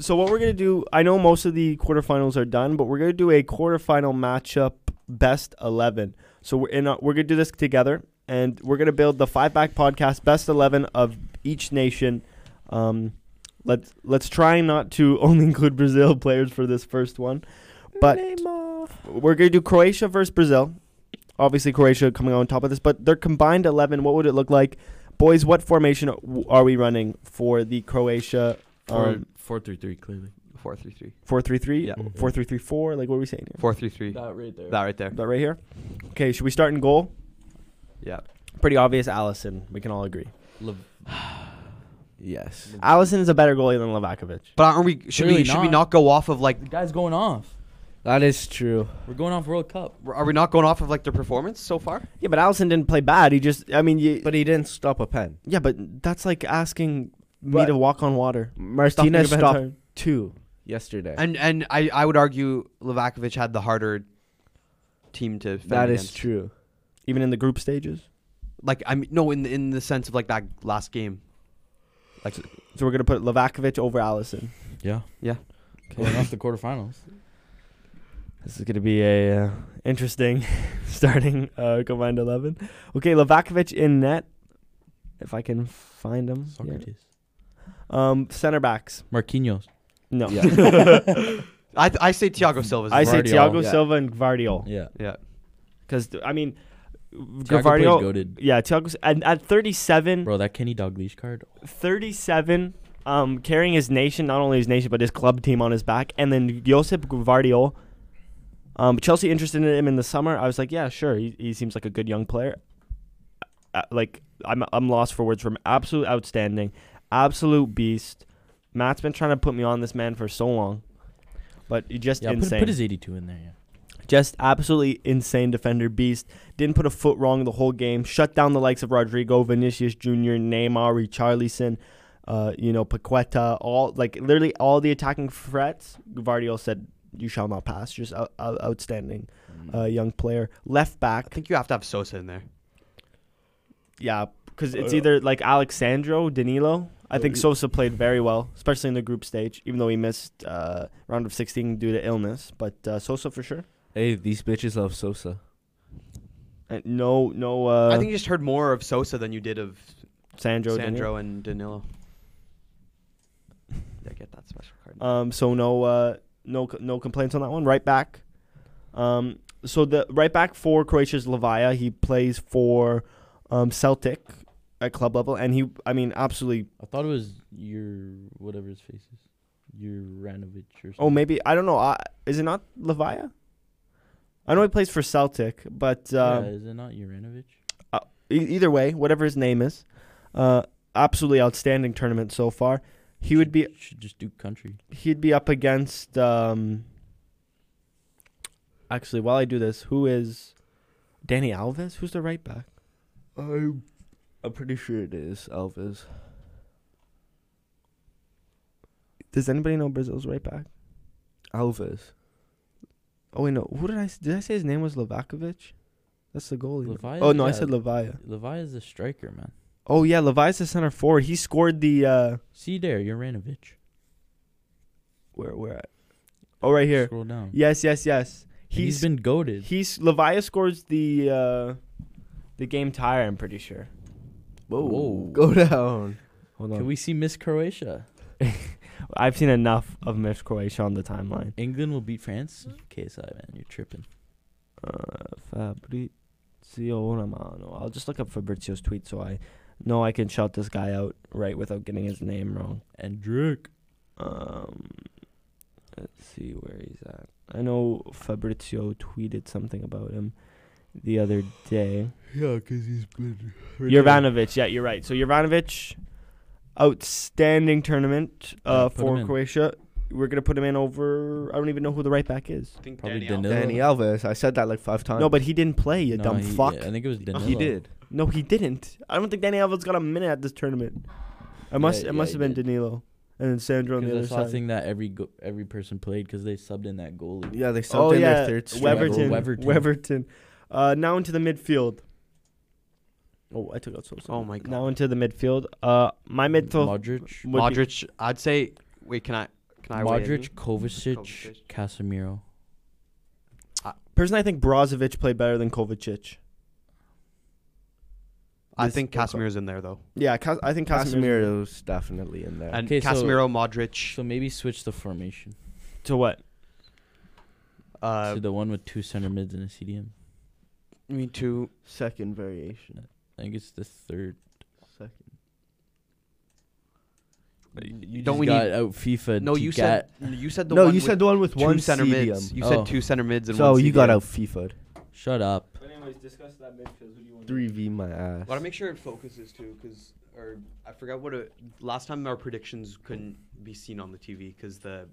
so what we're gonna do? I know most of the quarterfinals are done, but we're gonna do a quarterfinal matchup best eleven. So we're in. A, we're gonna do this together, and we're gonna build the five back podcast best eleven of each nation. Um, let's let's try not to only include Brazil players for this first one, but we're gonna do Croatia versus Brazil. Obviously, Croatia coming on top of this, but their combined eleven. What would it look like? Boys, what formation w- are we running for the Croatia
Four,
um,
four three three clearly.
Four three three.
Four three three.
Yeah.
Four three three Mm-hmm. four. Like what are we saying here?
Four three three. That
That right there.
right there.
That right here. Okay, should we start in goal?
Yeah.
Pretty obvious, Allison. We can all agree.
Yes.
Allison is a better goalie than Lavakovic.
But aren't we? Should we?
Clearly
Should we
not.
not go off of like?
the guy's going off.
That is true.
We're going off World Cup.
Are we not going off of like their performance so far?
Yeah, but Allison didn't play bad. He just, I mean, you,
But he didn't stop a pen.
yeah, but that's like asking me
But-
to walk on water. Stop
Martinez
me about
stopped
time.
two yesterday.
And and I I would argue Livakovic had the harder team to. fend
that is
against.
true.
Even in the group stages.
Like I mean, no, in the, in the sense of like that last game. Like
So we're gonna put Lavakovic over Allison.
Yeah.
Yeah.
Going off the quarterfinals.
This is going to be a uh, interesting starting uh, combined 11. Okay, Lavakovic in net. If I can find him. Yeah.
Socrates.
Um, center backs.
Marquinhos.
No.
Yeah.
I I say Thiago Silva's.
I say
Gvardiol.
Thiago
Yeah.
Silva and Guardiol.
Yeah.
yeah.
Because, I mean,
Thiago plays
Guardiol.
goated.
Yeah, Thiago. And at 37,
Bro, that Kenny Dalglish card.
37, um, carrying his nation, not only his nation, but his club team on his back. And then Josep Guardiol. Um, Chelsea interested in him in the summer. I was like, yeah, sure. He, he seems like a good young player. Uh, like, I'm, I'm lost for words from absolute outstanding, absolute beast. Matt's been trying to put me on this man for so long, but he just
Yeah, put,
insane
put his 82 in there. Yeah.
just absolutely insane defender beast. Didn't put a foot wrong the whole game. Shut down the likes of Rodrigo, Vinicius Jr., Neymar, Richarlison, uh, you know, Paqueta. All like literally all the attacking threats. Guardiola said, "You shall not pass." Just out, out, outstanding uh, young player. Left
I
back,
think you have to have Sosa in there.
yeah, because
Uh,
it's either like Alexandro Danilo. I think Sosa played very well, especially in the group stage, even though he missed uh, round of 16 due to illness. But uh, Sosa for sure.
hey, these bitches love Sosa.
And no, no. Uh,
I think you just heard more of Sosa than you did of
Sandro. Danilo.
Sandro and Danilo. Did I get that special card?
Um, so no, uh, no, no complaints on that one. Right back. Um, so the right back for Croatia's Lavia. He plays for um, Celtic at club level, and he, I mean, absolutely.
I thought it was your whatever his face is. Juranovic or something.
Oh, maybe I don't know. I, is it not Lavia? I know he plays for Celtic, but um,
yeah, is it not Juranovic?
E- either way, whatever his name is, uh, absolutely outstanding tournament so far. He would be
Should just do country.
he'd be up against um actually while I do this, who is Danny Alves? Who's the right back?
I'm, I'm pretty sure it is Elvis.
Does anybody know Brazil's right back?
Elvis.
Oh wait, no. Who did I s- did I say his name was Levakovic? That's the goalie.
Levi-
oh no, I
yeah.
said Levia.
Levi is a striker, man.
Oh yeah, Levia's the center forward. He scored the uh
See there, Juranovic.
where where at? Oh right here.
Scroll down.
Yes, yes, yes.
And he's been goaded.
He's Levia scores the uh, the game tire. I'm pretty sure.
Whoa.
Whoa.
Go down.
Hold
Can
on.
we see Miss Croatia?
I've seen enough of Miss Croatia on the timeline.
England will beat France. KSI man, you're tripping.
Uh, Fabrizio Romano. I'll just look up Fabrizio's tweet so I know I can shout this guy out right without getting his name wrong.
And Drake.
Um, let's see where he's at. I know Fabrizio tweeted something about him the other day.
Yeah, because he's been.
Jurvanovic, yeah, you're right. So Jurvanovic, outstanding tournament uh,
Yeah, put him
for
in.
Croatia. We're gonna put him in over. I don't even know who the right back is.
I think
Probably
Daniel-
Danilo.
Danny Elvis. I said that like five times.
No, but he didn't play. You
Uh, No,
dumb
he-
fuck.
yeah, I think it was Danilo.
he did.
No, he didn't. I don't think Danny Alves got a minute at this tournament. I must.
Yeah,
it
yeah,
must
he
have been
did.
Danilo, and then Sandro on the
Because
other
I saw a
side.
thing that every go- every person played because they subbed in that goalie.
Yeah, they subbed
Oh
in
yeah,
their third string
Weverton.
goalie.
Weverton.
Weverton.
Uh, now into the midfield. Oh, I took out so.
Oh my God.
Now into the midfield. Uh, my midfield.
Modric,
would be-
Modric. I'd say. Wait, can I? Can I? weigh in?
Modric, Kovacic,
Kovacic.
Casemiro.
Personally, I think Brozovic played better than Kovacic.
I
This
think
World Cup.
Casemiro's in there though,
Yeah, Cas- I think Casemiro.
Casemiro's definitely in there.
and
Okay, so-
Casemiro, Modric,
So maybe switch the formation
To what?
uh,
to the one with two center mids and a CDM.
me too.
Second variation.
I think it's the third.
Second.
You
Don't
just
we
got
need-
out FIFA?
No, you
got
said you said the
no,
one
you
with
said the one with
two
one
center
CDM.
mids. You
Oh.
said two center mids and
So
one
you got
CDM.
out FIFA'd.
shut up.
But anyways, discuss that midfield. Who do you want?
Three V my ass.
Gotta make sure it focuses too, because or I forgot what it, last time our predictions couldn't be seen on the TV because the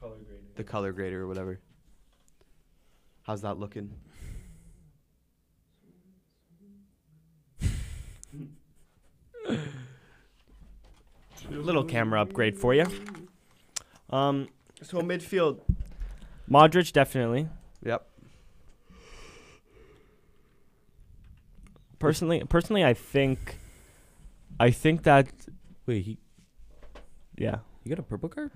Color grading.
the color grader or whatever. How's that looking?
Little camera upgrade for you. Um. So midfield. Modric definitely.
Yep.
Personally, personally, I think. I think that
Wait, he
yeah.
you got a purple card?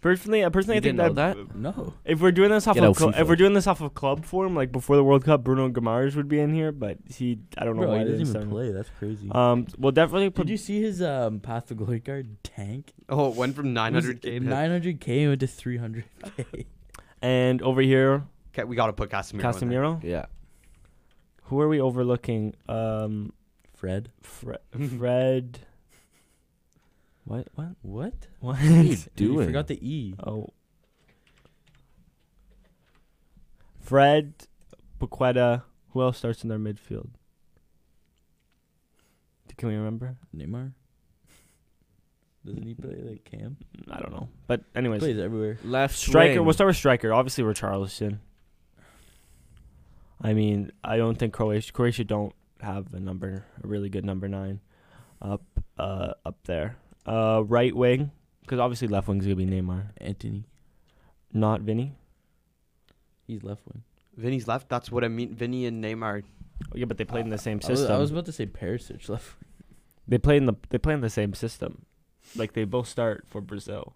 Personally, uh, personally,
You
I think
didn't know
that
that? No.
If we're doing this off
Get
of
out,
cl- if
FIFA.
we're doing this off of club form, like before the World Cup, Bruno Guimaraes would be in here, but he I don't know
Bro,
why
he doesn't
didn't
even
start him.
play. That's crazy.
Um, we'll definitely put
Did you see his um, path to glory card tank?
Oh, it went from 900 k.
Nine hundred k went to three hundred k.
and over here
Ca- we gotta put Casemiro. in there.
Casemiro.
Yeah.
Who are we overlooking? Um,
Fred,
Fre- Fred. What? What?
what?
What?
You
doing?
forgot the e.
oh. Fred, Paqueta. Who else starts in their midfield? Can we remember?
Neymar. Doesn't he play like Cam?
I don't know. But
He
anyways,
plays everywhere.
Left
Striker.
wing.
We'll start with striker. Obviously, we're Charleston. I mean, I don't think Croatia. Croatia don't have a number, a really good number nine, up, uh, up there. Uh, right wing, because obviously left wing's gonna be Neymar,
Anthony,
not Vinny.
he's left wing.
Vinny's left. That's what I mean. Vinny and Neymar.
Oh, yeah, but they played in the same
I was,
system.
I was about to say Perisic left. wing.
they play in the they play in the same system, like they both start for Brazil.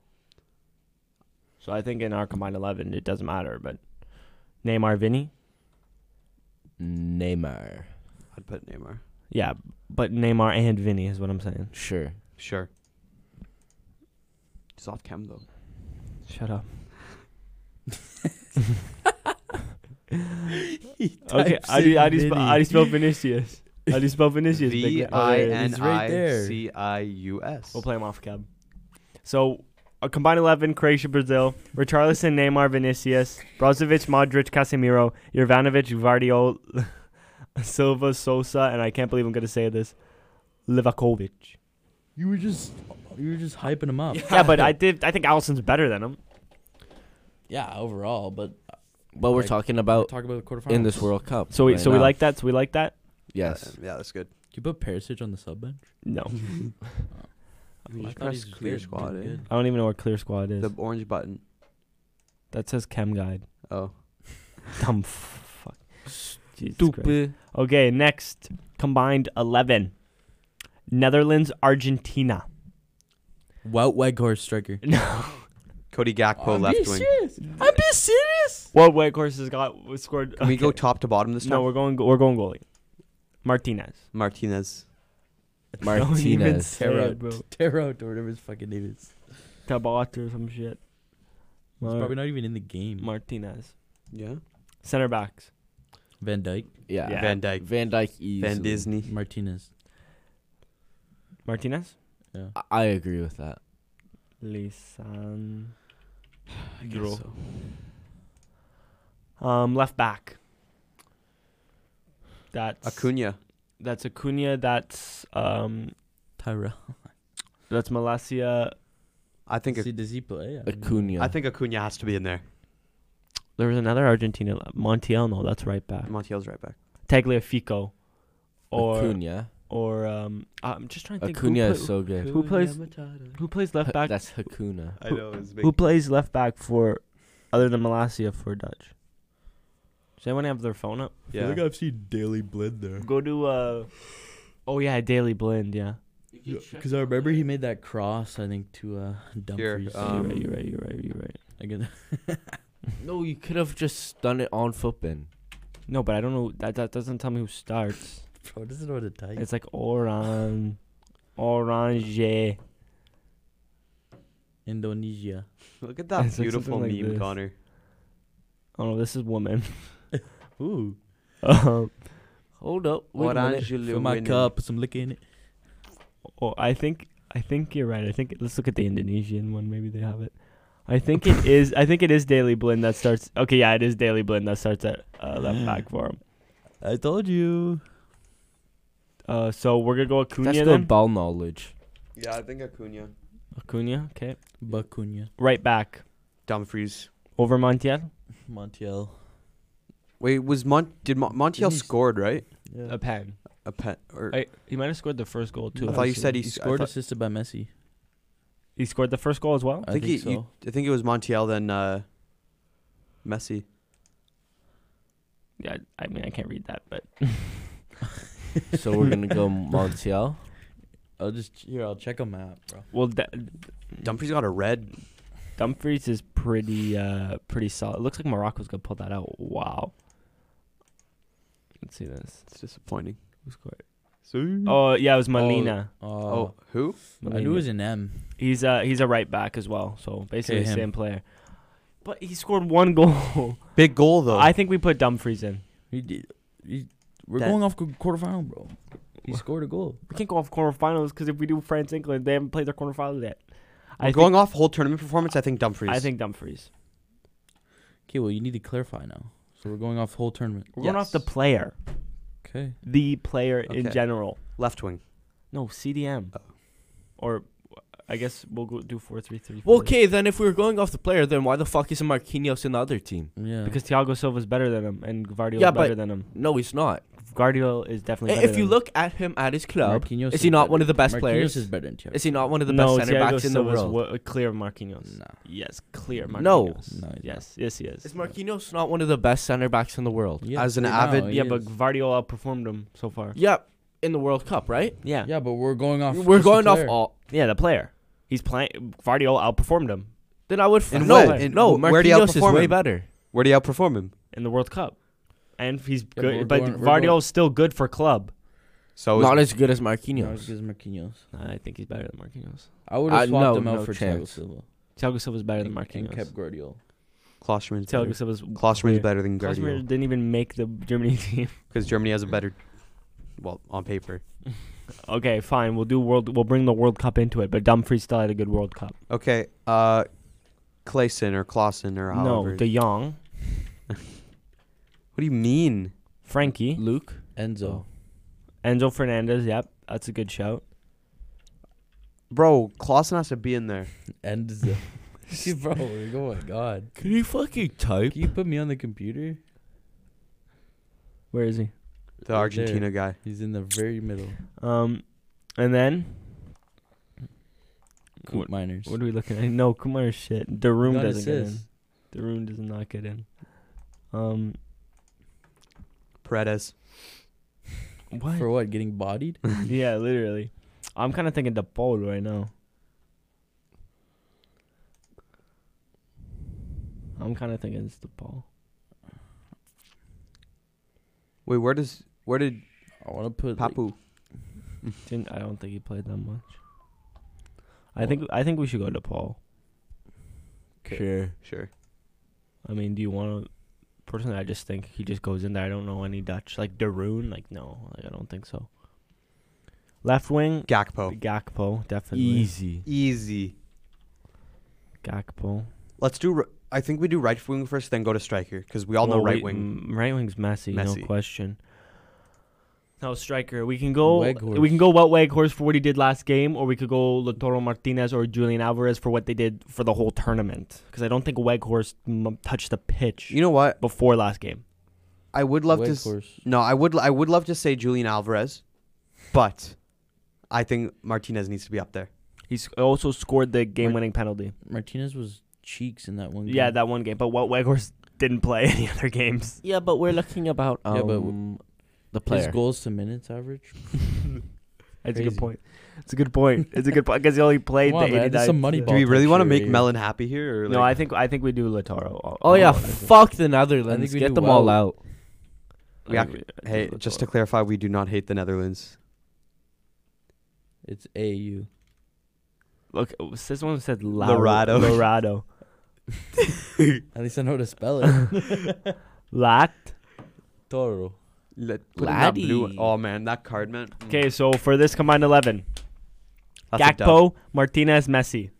So I think in our combined eleven, it doesn't matter. But Neymar, Vinny,
Neymar.
I'd put Neymar.
yeah, but Neymar and Vinny is what I'm saying.
Sure.
Sure. He's off cam though.
Shut up. Okay,
Types
how do you,
in
how do you, spell,
Vinny.
how do you spell Vinicius? How do you spell Vinicius? Big
V
man? Oh, there
i
it is.
n
He's right
i
there.
c i u s.
We'll play him off cab. So, a combined 11, Croatia, Brazil, Richarlison, Neymar, Vinicius, Brozovic, Modric, Casemiro, Jovanovic, Vardio, Silva, Sosa, and I can't believe I'm going to say this, Livakovic.
You were just you were just hyping him up.
Yeah, but I did. I think Allison's better than him.
Yeah, overall, but
But we're
Like,
talking about
talk about the quarterfinals
Oh, in this World Cup.
So, we,
right
so we
now.
like that. So we like that.
Yes.
Yeah, that's good.
Can you put Perisic on the sub bench?
No,
We
I
just
thought
press
he was
clear
good,
squad,
doing
eh?
good.
I don't even know what Clear Squad is.
The orange button.
that says Chem Guide.
Oh.
Dumb fuck. Jesus Christ. Okay, next combined eleven. Netherlands, Argentina.
Wout Weghorst striker.
No,
Cody Gakpo
I'm
left
being
wing.
serious. I'm being serious?
What Weghorst has got scored?
Can we go
okay.
top to bottom this time?
No, we're going. We're going goalie. Martinez.
Martinez.
Don't even
Martinez.
say
Tarot,
it, bro.
Tarot, or whatever his fucking name is. He's
Tabat or some shit. Mar-
probably not even in the game.
Martinez.
Yeah.
Center backs.
Van Dyke,
Yeah.
Yeah.
Van Dyke.
Van Dyke easily.
Van Disney.
Martinez.
Martinez.
Yeah.
I- I agree with that.
Lisan.
I guess
Giroud.
so.
Um, left back. That's
Acuna.
That's Acuna. That's um.
Tyrell.
That's Malasia.
I think.
See, does he play? I don't know.
Acuna.
I think Acuna has to be in there.
There was another Argentina. Montiel. No, that's right back.
Montiel's right back.
Tagliafico. Or
Acuna.
or um. I'm just trying to think. who
Acuna
play-
is so good.
Who plays- Who plays left back?
That's Hakuna.
I
Who-
know. It's big.
Who plays left back for, other than Malasia for Dutch? Does anyone have their phone up?
Yeah.
I've seen Daily Blend there.
Go to uh, oh yeah, Daily Blend. Yeah.
Because I remember he made that cross, I think, to uh, Dumfries.
um,
you're right. You're right. You're right. You're right.
I get
No, you could have just done it on footbin.
No, but I don't know. That that doesn't tell me who starts.
Bro, doesn't know what to type.
It's like oran, orange.
Indonesia.
Look at
It's
that
like
beautiful
something like
meme,
this.
Connor.
Oh no, this is woman.
Ooh.
um,
Hold up. Wait a minute.
Orange
Fill my cup, put some liquor in it.
oh, I think I think you're right. I think let's look at the Indonesian one. Maybe they have it. I think it is. I think it is Daily Blend that starts. Okay, yeah, it is Daily Blend that starts at uh, left back for him.
I told you.
Uh, so we're gonna go Acuna
That's
then.
good ball knowledge.
Yeah, I think Acuna.
Acuna, okay.
Bacunya.
Right back
Dumfries.
over Montiel.
Montiel.
Wait, was Mont? Did Mon- Montiel
Didn't he-
scored right?
Yeah.
pen.
A pet or
I, he might have scored the first goal too.
I thought you said he,
He scored
I, thought-
assisted by Messi.
he scored the first goal as well.
I
I think,
think
he, you-
so.
I think it was Montiel then uh, Messi.
Yeah, I mean I can't read that, but
so we're gonna go Montiel.
I'll just here. I'll check a map, bro.
well, D-
Dumfries got a red.
Dumfries is pretty uh pretty solid. It looks like Morocco's gonna pull that out. Wow. Let's see this.
It's disappointing.
Who scored?
Oh,
Oh yeah, it was Molina.
Oh,
who?
I knew it was an M.
He's uh he's a right back as well, so basically
him.
same player. But he scored one goal.
Big goal though.
I think we put Dumfries in.
He did. He, we're
That-
going off qu- quarterfinal, bro. He scored a goal.
We can't go off quarterfinals because if we do France England, they haven't played their quarterfinals yet.
Well, going off whole tournament performance, I think Dumfries.
I think Dumfries.
Okay, well, you need to clarify now. So we're going off whole tournament.
We're going off the
Yes.
player,
Okay.
the player in
Okay.
general.
left wing.
No CDM,
Oh.
or I guess we'll go do four three three.
Well, okay, then if we were going off the player, then why the fuck is Marquinhos in the other team?
Yeah.
because Thiago Silva's better than him, and Guardiola's
Yeah, but-
better than him.
No, he's not.
Guardiola is definitely. better
if you
than
look at him at his club,
Marquinhos
is he not
better.
one of the best
Marquinhos
players?
is better than Thiago.
is he not one of the
him.
best
no,
center
Thiago
backs in the
Silva's
world?
wa- clear of Marquinhos.
Nah.
Yes, clear Marquinhos.
No.
No, he's
yes, yes, he is.
Is Marquinhos not one of the best center backs in the world?
Yeah,
As an
right
avid-
now, he
yeah, but
is.
Guardiola outperformed him so far.
Yep, in the World Cup, right?
Yeah, yeah,
yeah, but we're going off.
We're
just the
going off
player.
all.
the player. He's playing. Guardiola outperformed him
Then I would f-
In
no,
what?
In
no.
wh- where do you
Marquinhos is
outperform
way
him?
better.
Where do you outperform him?
in the World Cup, and he's
but we're
good. But
going- we're
Guardiola's still good for club.
So
Not as good as
Not as
Marquinhos.
good as Marquinhos.
I think he's better than Marquinhos.
I would have
Uh,
swapped
no,
him out
no
for Thiago
chance.
Silva.
Thiago Silva's better than
and, and
Marquinhos.
kept Guardiola.
Klosterman's better.
Thiago Silva's
Klosterman's better than
Klosmer
Guardiola
didn't even make the Germany team.
because Germany has a better, well, on paper.
okay, fine. We'll do world. We'll bring the World Cup into it, but Dumfries still had a good World Cup.
Okay, uh, Clayson or Clausen or however.
No, De Jong,
what do you mean?
Frankie,
Mm.
Luke,
Enzo.
Enzo Fernandez. Yep, that's a good shout.
Bro, Clausen has to be in there.
Enzo. See, bro, like, oh my god.
can you fucking type?
Can you put me on the computer?
Where is he?
The
Right
Argentina guy.
He's in the very middle.
Um, and then
Coop Miners.
what are we looking at? No, Kumar shit. Daroon
Got
doesn't
assists.
get in. Daroon does not get in. Um,
Paredes.
what?
For what? Getting bodied?
yeah, literally. I'm kind of thinking DePaul right now. I'm kind of thinking it's DePaul.
Wait, where does where did
I want to put like,
Papu?
Didn't I don't think he played that much. I think I think we should go DePaul.
Sure.
Sure.
I mean, do you want to? Personally, I just think he just goes in there. I don't know any Dutch like Darun. Like no, like I don't think so. Left wing
Gakpo.
Gakpo definitely.
Easy.
Easy.
Gakpo.
Let's do. r- I think we do right wing first, then go to striker because we all know
Well,
right
we-
wing.
mm, Right wing's messy,
Messi.
no question. No striker. We can go.
Weghorst.
We can go Wout Weghorst for what he did last game, or we could go Latoro Martinez or Julian Alvarez for what they did for the whole tournament. Because I don't think Weghorst m- touched the pitch
You know what?
before last game.
I would love to. s-
Weghorst.
No, I would. I would love to say Julian Alvarez, but I think Martinez needs to be up there.
He's also scored the game-winning penalty.
Martinez was cheeks in that one.
Yeah,
game.
that one game. But Wout Weghorst didn't play any other games.
Yeah, but we're looking about um,
Yeah, but w-
the
his
player.
goals to minutes average.
That's a
Crazy.
good point. It's a good point. It's a good point because he only played
Come on,
the
man, this is
89th.
some money
Yeah.
Do we
Baltic
really want to make
Fury.
Melon happy here? Or
No,
like-
I think I think we do Latoro.
Oh yeah,
I think-
fuck the Netherlands.
we
Get
do
them all
well.
out.
We
I
ac-
think we- I
Hey,
think
just
Latoro.
to clarify, we do not hate the Netherlands.
It's AU.
Look, this one said Lorado.
Lorado.
Lorado.
At least I know how to spell it.
Lat.
Toro.
Let, put in that blue-
Laddie.
Oh man, that card man. Mm.
Okay, so for this combined 11,
That's a dub.
Gakpo, Martinez, Messi,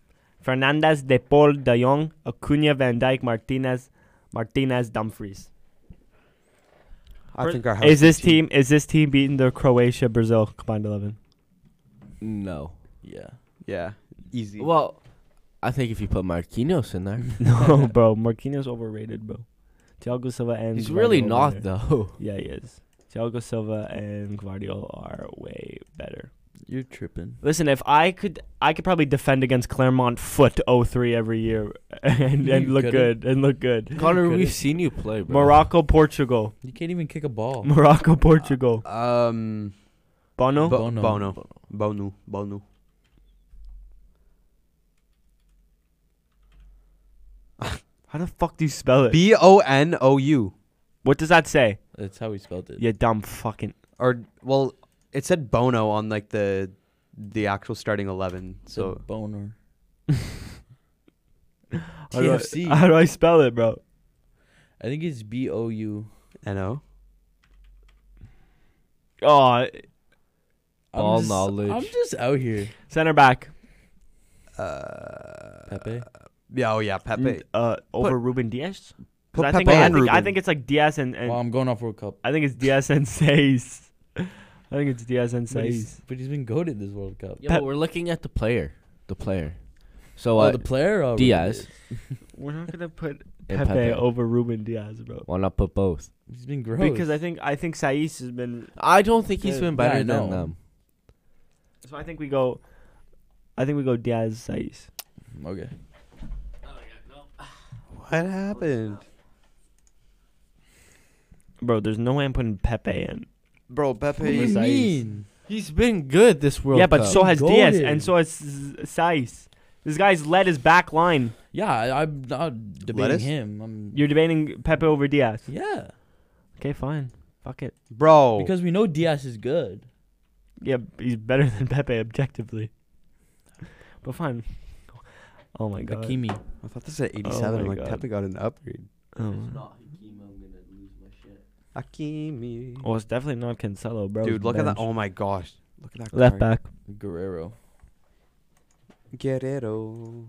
Fernandez, De Paul, De Jong, Acuna, Van Dijk, Martinez, Martinez, Dumfries.
I think our house
Is this team is this team beating the Croatia Brazil combined 11?
No.
Yeah.
Yeah, easy.
Well, I think if you put Marquinhos in there,
No, bro, Marquinhos overrated, bro. Thiago Silva and
he's really
Guardiola
not
there.
though.
Yeah, he is. Thiago Silva and Guardiola are way better.
You're tripping.
Listen, if I could, I could probably defend against Claremont foot 03 every year and, and
You
look
couldn't.
good and look good.
Connor,
could've-
we've seen you play, bro.
Morocco, Portugal.
You can't even kick a
Oh.
ball.
Morocco, Portugal.
um,
Bono.
Bo-
Bono.
Bono, Bono, Bono.
How the fuck do you spell it?
B O N O U.
what does that say?
That's how we spelled it.
You dumb fucking.
Or well, it said Bono on like the the actual starting eleven.
It's a
So
boner.
How do,
TFC.
I, how do I spell it, bro?
I think it's B O U.
N O.
Oh,
I'm
All
just-
knowledge.
I'm just out here.
center back.
Uh,
Pepe.
Yeah. Oh yeah, Pepe.
Uh, over Ruben Diaz. 'Cause
Put
I think,
Pepe
I,
and
think, I
Ruben.
think it's like Diaz and, and
well, I'm going off World Cup.
I think it's Diaz and Says. I think it's Diaz and
But
Says.
he's, but he's been goaded this World Cup.
Yeah, but we're looking at the player. The player. So
Oh,
uh,
the player. or-
Diaz
We're not gonna put
and
Pepe,
Eh, Pepe.
over Ruben Diaz, bro.
Why not put both?
He's been gross.
Because I think I think Saiz has been.
I don't think he's
Yeah,
been
yeah, I
better
know.
than them.
So I think we go. I think we go Diaz Saiz.
okay.
What happened,
Bro, there's no way I'm putting Pepe in.
bro?
What do
Over
you
Saiz.
mean?
He's been good this World
yeah, but so has
Go
Diaz
ahead.
and so has Saiz. This guy's led his back line.
Yeah, I, I'm not debating
Lettuce?
him. I'm.
You're debating Pepe over Diaz.
yeah,
Okay, fine. Fuck it.
Bro,
because we know Diaz is good.
Yeah, he's better than Pepe objectively. But fine. Oh my god.
Hakimi.
I thought this was at
Oh
eighty-seven. I'm
my
like
God.
Pepe got an upgrade.
Oh.
Akimi.
Well, it's definitely not Cancelo, bro.
Dude,
It's
look at that.
Oh, bench.
Oh my gosh, look at that.
Left
card.
back.
Guerrero.
Guerrero.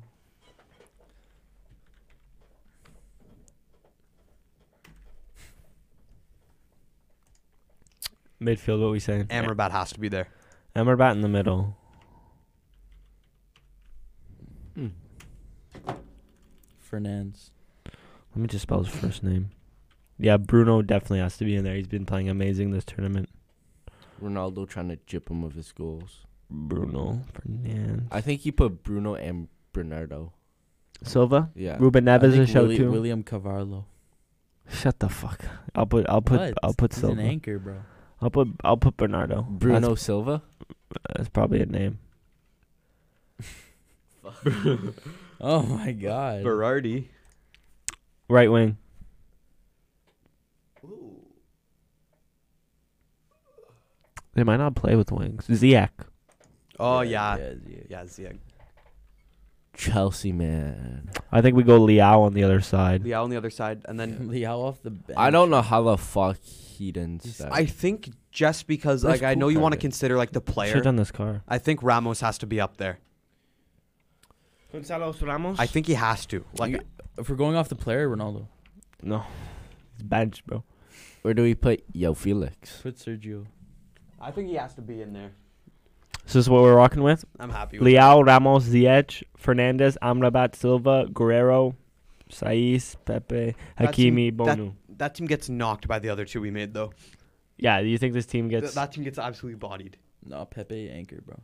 Midfield, what we saying?
Amrabat has to be there.
Amrabat in the middle.
Fernandes.
Let me just spell his first name. Yeah, Bruno definitely has to be in there. He's been playing amazing this tournament.
Ronaldo trying to jip him of his goals.
Bruno Fernandes.
I think he put Bruno and Bernardo.
Silva.
Yeah.
Ruben
I
Neves
think
a shout
Willi-
too.
William Cavarlo.
Shut the fuck. I'll put I'll put
What?
I'll put
He's an
Silva.
anchor, bro.
I'll put I'll put Bernardo.
Bruno Silva.
That's, that's probably a name.
Oh my God.
Berardi.
Right wing.
They might not play with wings. Ziyech.
Oh yeah, yeah,
yeah, yeah.
Ziyech.
Chelsea man.
I think we go Liao on the other side.
Liao on the other side, and then
Liao off the bench.
I don't know how the fuck he didn't. start.
I think just because
Where's
like I know you want to
Pukarik?
consider like the
Should have
player,
done this car.
I think Ramos has to be up there.
Gonzalo Ramos.
I think he has to. Like
If we're going off the player, Ronaldo.
no. It's bench, bro.
Where do we put Yo Felix?
Put Sergio.
I think he has to be in there.
Is this what we're rocking with?
I'm happy. With
Liao, Ramos, Ziyech, Fernandez, Amrabat, Silva, Guerrero, Saiz, Pepe,
That's-
Hakimi,
that-
Bonu.
That team gets knocked by the other two we made though.
Yeah, do you think this team
Th-
gets?
that team gets absolutely bodied.
No, Pepe anchor, bro.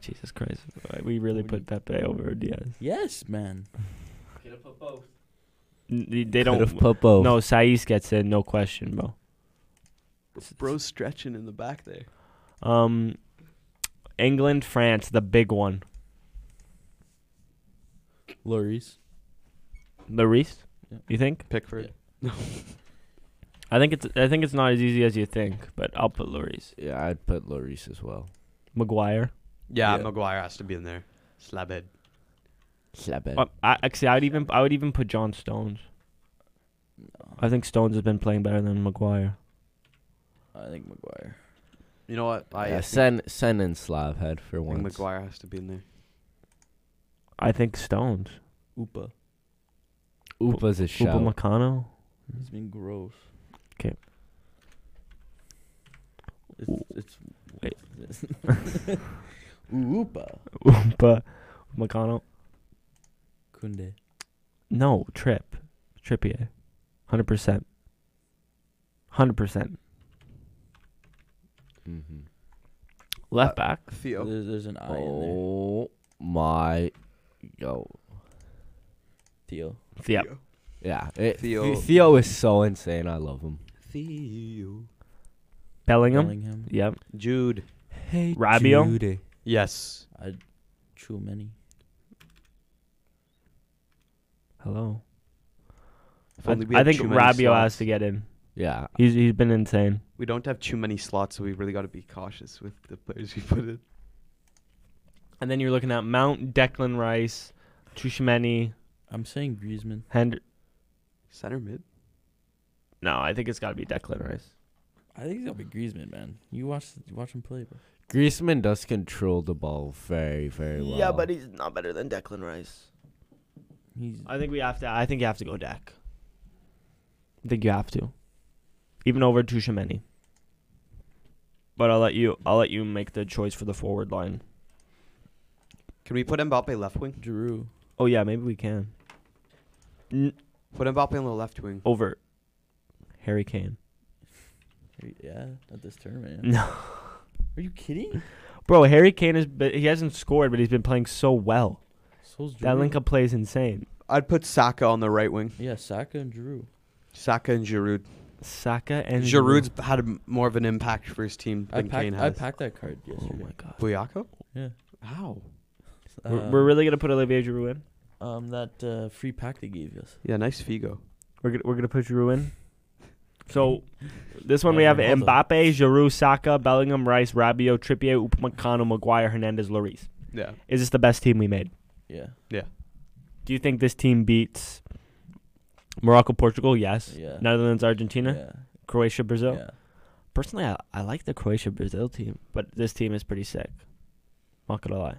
Jesus Christ, we really put Pepe over Diaz.
Yes, man.
N- They
Could've
don't.
put both.
No, Saiz gets in, no question, bro.
Bro's stretching in the back there.
Um, England, France, the big one.
Lloris.
Lloris,
Yeah.
you think?
Pickford.
I think it's. I think it's not as easy as you think, but I'll put Lloris.
Yeah, I'd put Lloris as well.
Maguire.
Yeah,
Yeah.
Maguire has to be in there. Slabhead.
Slabhead.
Uh, I, actually, I would even. I would even put John Stones. I think Stones has been playing better than Maguire.
I think Maguire.
You know what? I
yeah,
think-
send send in Slavhead for
I think
once.
Maguire has to be in there.
I think Stones.
Upa.
Upa's a shout.
Upa Meccano.
He's been gross.
'Kay.
It's, it's
Wait.
Upa.
Upa Meccano.
Kunde.
No, Trip. Trippier. 100%. 100%.
Mhm.
Left back.
Theo.
There's, there's an I in there.
Oh my, yo,
Theo.
Uh,
Yep.
yeah. It,
Theo-
Theo. Theo is so insane. I love him.
Theo.
Bellingham.
Bellingham.
Yep.
Jude.
Hey,
Rabiot?
Yes.
I too many.
Hello.
If
I,
only we
I
had
think
too many
Rabio
slots.
has to get in.
Yeah,
He's he's been insane.
We don't have too many slots, so we really got to be cautious with the players we put in.
And then you're looking at Mount, Declan Rice, Tushmeni,
I'm saying Griezmann.
Hend.
Center mid.
No, I think it's got to be Declan Rice.
I think it's gonna be Griezmann, man. You watch you watch him play, bro.
Griezmann does control the ball very, very well.
he's not better than Declan Rice.
He's
I think we have to. I think you have to go Deck. I think you have to, even over Tushimeni. But I'll let you. I'll let you make the choice for the forward line.
Can we put Mbappe left wing?
Giroud.
Oh yeah, maybe we can. N-
Put Mbappe on the left wing.
over Harry Kane.
Yeah, at this tournament. yeah.
No,
Are you kidding?
bro, Harry Kane is. but He hasn't scored, but he's been playing so well.
So's Giroud.
That link up play is insane.
I'd put Saka on the right wing.
Yeah, Saka and Giroud.
Saka and Giroud.
Saka and
Giroud's had a m- more of an impact for his team
I
than Kane
packed, I
has.
packed that card yesterday.
Oh my god.
Buyako?
Yeah.
How?
we're,
Uh,
we're really gonna put Olivier Giroud in.
um that uh, free pack they gave us.
Yeah, nice Figo.
We're gonna, we're gonna put Giroud in. So this one
Yeah,
we have
Ronaldo.
Mbappe, Giroud, Saka, Bellingham, Rice, Rabiot, Trippier, Upamecano, Maguire, Hernandez, Lloris.
Yeah.
Is this the best team we made?
Yeah.
Do you think this team beats Morocco, Portugal? Yes.
Yeah.
Netherlands, Argentina,
Yeah.
Croatia, Brazil.
yeah.
Personally, I, I like the Croatia Brazil team, but this team is pretty sick. Not gonna lie,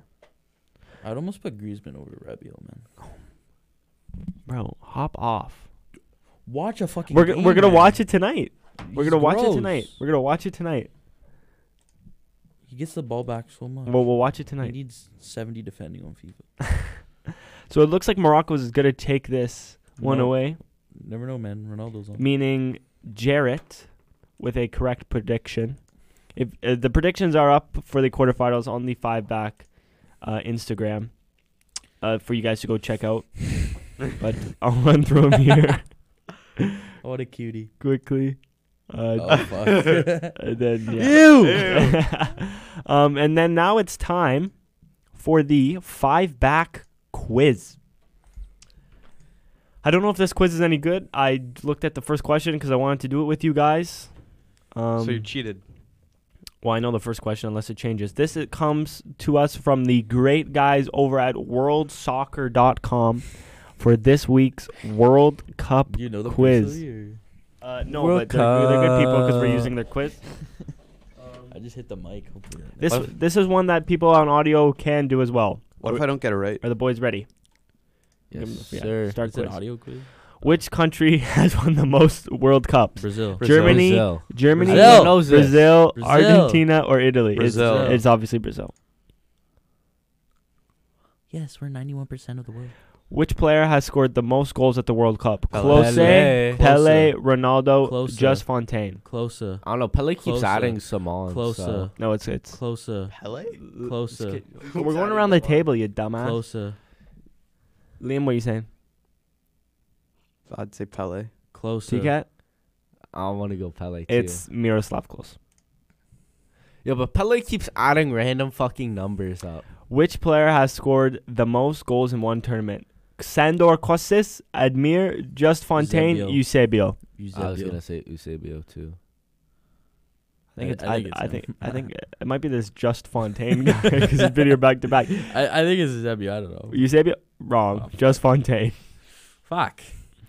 I'd almost put Griezmann over Rabiot, man.
bro. Hop off.
Watch a fucking.
We're, g-
game,
we're gonna
man.
watch it tonight. We're
He's
gonna watch it
gross.
tonight. We're gonna watch it tonight.
He gets the ball back so much.
We'll, we'll watch it
he
tonight.
needs 70 defending on FIFA.
So it looks like Morocco is gonna take this one
No.
away.
Never know, man. Ronaldo's on.
meaning Jarrett with a correct prediction. If uh, the predictions are up for the quarterfinals on the five back uh, Instagram uh, for you guys to go check out, but I'll run through them here
Oh, what a cutie.
quickly. Uh,
Oh, fuck.
And Uh, then yeah. um, and then now it's time for the five back quiz. I don't know if this quiz is any good. I looked at the first question because I wanted to do it with you guys. Um,
so you cheated.
well, I know the first question unless it changes. This it comes to us from the great guys over at worldsoccer.com for this week's World Cup.
You know the
Quiz.
person of the year.
Uh, no,
World
but they're, they're good people because
Cup.
we're using their quiz.
I just hit the mic. Hopefully. that-
This this is one that people on audio can do as well.
What if I don't get it right?
Are the boys ready? Give
Yes,
'em- yeah,
sir.
Start
It's an
quiz.
audio quiz.
Which country has won the most World Cups?
Brazil.
Germany,
Brazil.
Germany,
Brazil.
Brazil, Brazil,
Brazil.
Argentina, or Italy? It's-
Brazil.
It's, obviously Brazil.
Yes, we're 91% of the world.
Which player has scored the most goals at the World Cup?
Pele.
Close, Pele,
Pele.
Ronaldo,
Klose.
Just Fontaine.
Closer.
I don't know. Pele keeps
Closer.
adding some on.
Closer.
so-
No, it's it's.
Closer.
Pele?
Closer.
We're going around the table, you dumbass.
Closer.
Liam, what are you saying?
I'd say Pele.
Closer.
T-Cat?
I want to go Pele too.
It's Miroslav Klose.
yeah, but Pele keeps adding random fucking numbers up.
Which player has scored the most goals in one tournament? Sandor Kostis, Admir, Just Fontaine,
Eusebio.
Eusebio.
I was
Eusebio.
gonna say Eusebio too.
I think it's,
I- I
I,
think
I
it's him.
think I think it might be this Just Fontaine guy because he's been here back to back.
I, I think it's Eusebio. I don't know.
Eusebio, wrong.
Wow.
Just Fontaine.
Fuck.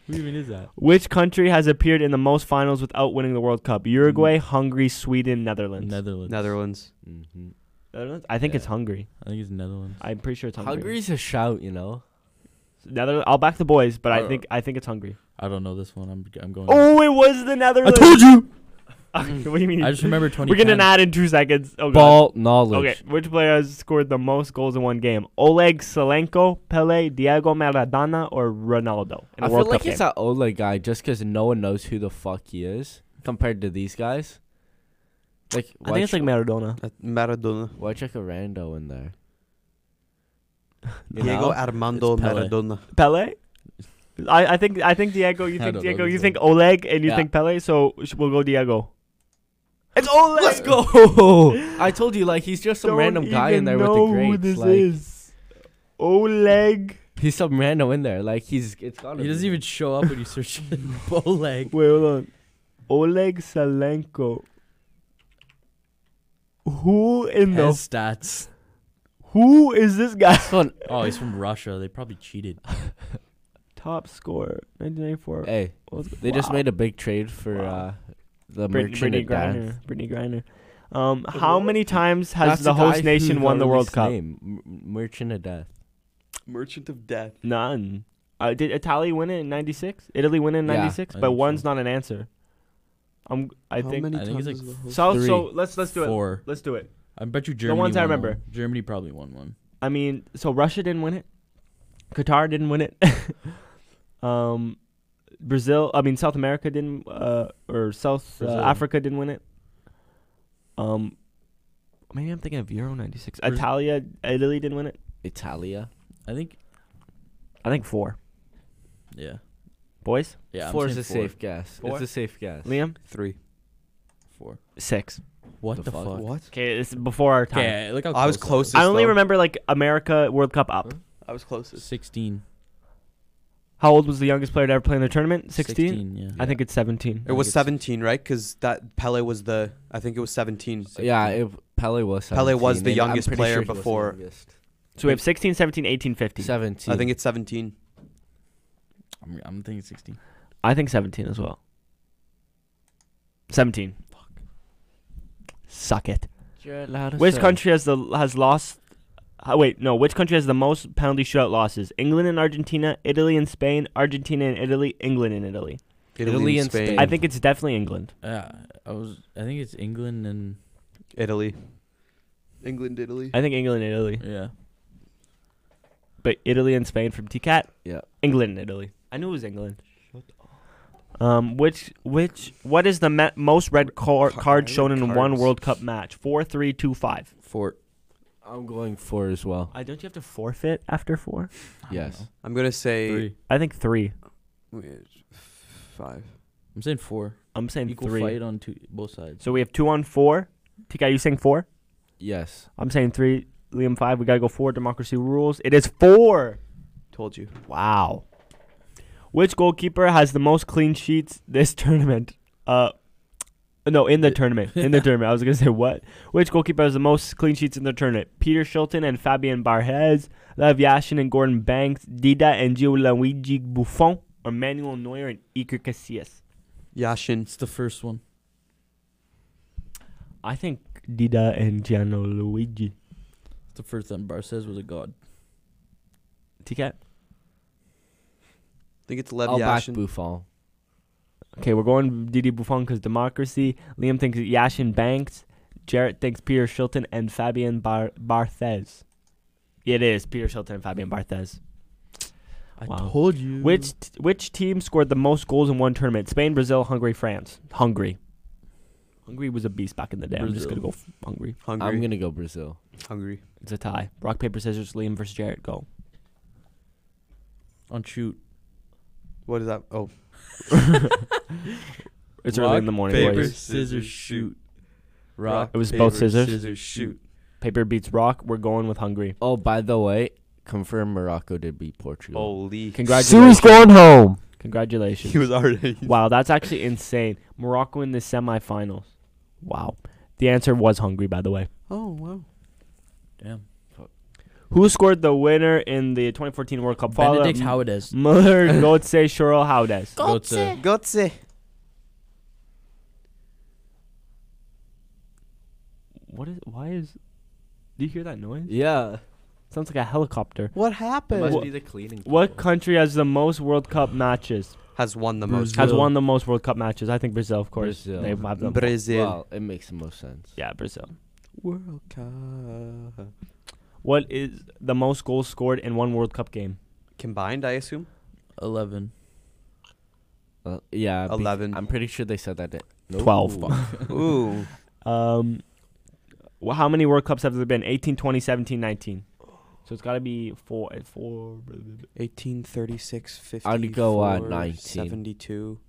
Who even is that?
Which country has appeared in the most finals without winning the World Cup? Uruguay,
Hmm.
Hungary, Sweden, Netherlands.
Netherlands.
Netherlands.
Mm-hmm.
Netherlands? I think it's
Yeah.
Hungary.
I think it's Netherlands.
I'm pretty sure it's Hungary.
Hungary's a shout, you know.
Netherlands. I'll back the boys, but I
Uh,
think I think it's Hungary.
I don't know this one. I'm I'm going.
Oh, it was the Netherlands.
you.
what do you mean?
I just remember 20.
We're getting an ad in two seconds. Oh, God.
Ball knowledge.
Okay, which player has scored the most goals in one game? Oleg Selenko, Pele, Diego Maradona, or Ronaldo? In a
I feel
World
like
Cup
it's
game?
that Oleg guy just because no one knows who the fuck he is compared to these guys. Like,
I think it's like Maradona.
Uh, Maradona.
why check a rando in there? You
Diego
know?
Armando
It's Pele.
Maradona.
Pele. I, I think I think Diego. You
I
think
don't know
Diego.
this
You
one.
think Oleg, and you
Yeah.
think Pele. So sh- we'll go Diego. It's Oleg.
Let's go. I told you, like, he's just some
Don't
random guy in
even
there with
know
the
who
greats.
this
like,
is. Oleg.
he's some rando in there. Like, he's it's gotta
He doesn't
be.
even show up when you search Oleg.
Wait, hold on. Oleg Selenko. Who in the
His stats.
who is this guy?
Oh, he's from Russia. They probably cheated.
Top scorer, 1994.
Hey,
Well, it's-
they just
wow.
made a big trade for
Wow.
uh, the
Brit-
merchant
Brittany
of death.
Griner. Brittany Griner. Um, how many times has
That's
the
guy
host
who
nation
got
won the World
released
Cup?
name, M- merchant of death.
Merchant of Death.
None. Uh, did Italy win it in '96? Italy win it in
Yeah,
'96,
I
but
think
one's
so.
not an answer. i I think.
I think it's like
So
Three.
so let's let's do it.
Four.
Let's do it.
I bet you Germany.
ones I
won
remember.
one. Germany probably won one.
I mean, so Russia didn't win it. Qatar didn't win it. um, Brazil, I mean South America didn't, uh, or South uh,
Brazil.
Africa didn't win it. Um, maybe I'm thinking of Euro '96.
Braz-
Italia, Italy didn't win it.
Italia.
I think.
I think four
Yeah.
boys.
Yeah. I'm
four is
saying
a safe guess.
Four?
It's a safe guess.
Liam,
Three.
Four.
six.
What
The
the,
fuck?
fuck?
What?
Okay, this is before our time.
Okay, look how
I was
close
I
closest,
only
though.
remember like America World Cup up.
I was
was.
closest.
Sixteen.
How old was the youngest player to ever play in the tournament? 16?
Yeah.
I think it's 17.
It was 17, right? Because that Pele was the. I think it was 17.
Yeah, it, Pele was.
Pele
17,
was the
and I'm
youngest
pretty
player
he was the
before-
youngest.
So we have 16, 17, 18, 15.
Seventeen.
I think it's 17.
I'm, I'm thinking sixteen.
I think 17 as well. 17. Suck it.
You're allowed to
Which
say.
country has the has lost? Uh, wait, no. Which country has the most penalty shootout losses? England and Argentina, Italy and Spain, Argentina and Italy, England and Italy.
Italy,
Italy
and
and
Spain.
Spain.
I think it's definitely England.
Yeah. I was. I think it's England and.
Italy. England, Italy.
I think England and Italy.
Yeah.
But Italy and Spain from TCAT.
Yeah.
England and Italy. I knew it was England. Um, which which what is the ma- most red car-
Car-
card shown in one
cards.
World Cup match? Four, three, two, five.
Four.
I'm going four as well.
I don't you have to forfeit after four?
I don't
Yes.
know.
I'm going to say.
Three.
I think three.
Wait, Five.
I'm saying four.
I'm saying
Equal
three.
fight on two both sides.
So we have two on four. TK, you saying four?
Yes.
I'm saying three. Liam five. We gotta go four. Democracy rules. It is four.
Told you.
Wow. Which goalkeeper has the most clean sheets this tournament? Uh, no, in the tournament. In the tournament. I was gonna say what? Which goalkeeper has the most clean sheets in the tournament? Peter Shilton and Fabian Barhez, Lev Yashin and Gordon Banks, Dida and Gianluigi Buffon, or Manuel Neuer and Iker Casillas.
Yashin.
It's the first one.
I think Dida and Gianluigi.
It's the first one. Barces was a god.
TCAT.
I think it's Lev
I'll back
Yashin.
Buffon.
Okay, we're going Didi Buffon because democracy. Liam thinks Yashin Banks. Jarrett thinks Peter Shilton and Fabian Bar- Barthez. It is Peter Shilton and Fabian Barthez.
I
Wow.
told you.
Which t- which team scored the most goals in one tournament? Spain, Brazil, Hungary, France. Hungary. Hungary was a beast back in the day. I'm just gonna
Brazil.
go f- Hungary.
Hungry.
I'm gonna go Brazil.
Hungry.
It's a tie. Rock paper scissors. Liam versus Jarrett. Go.
on shoot?
What is that? Oh,
It's early in the morning,
paper,
boys.
scissors, shoot. Rock.
It was both scissors.
shoot.
Paper beats rock. We're going with Hungary.
Oh, by the way, confirm Morocco did beat Portugal.
Holy.
Congratulations.
home.
Congratulations.
He was already.
Wow, that's actually insane. Morocco in the semifinals. Wow. The answer was Hungary, by the way.
Oh wow.
Damn.
Who scored the winner in the 2014 World Cup? Follow-
Benedict how it is.
Muller, Götze, Schürrle, Haudes.
Go to
Gotze.
What is? Why is? Do you hear that noise?
Yeah.
Sounds like a helicopter.
What
It
happened?
must
What-
be the cleaning.
What
people.
country has the most World Cup matches?
Has won the most.
Has
Brazil.
won the most World Cup matches? I think Brazil, of course.
Brazil.
They have them.
Brazil.
Well, it makes the most sense.
yeah, Brazil.
World Cup.
What is the most goals scored in one World Cup game?
Combined, I assume.
11.
Uh, yeah. bec-
11.
I'm pretty sure they said that. It, Nope.
Twelve.
Ooh.
Um, wh- how many World Cups have there been? 18, 20, 17, 19. So it's got to be four. eh, Four.
18, 36,
I'd go, uh,
54,
19.
72.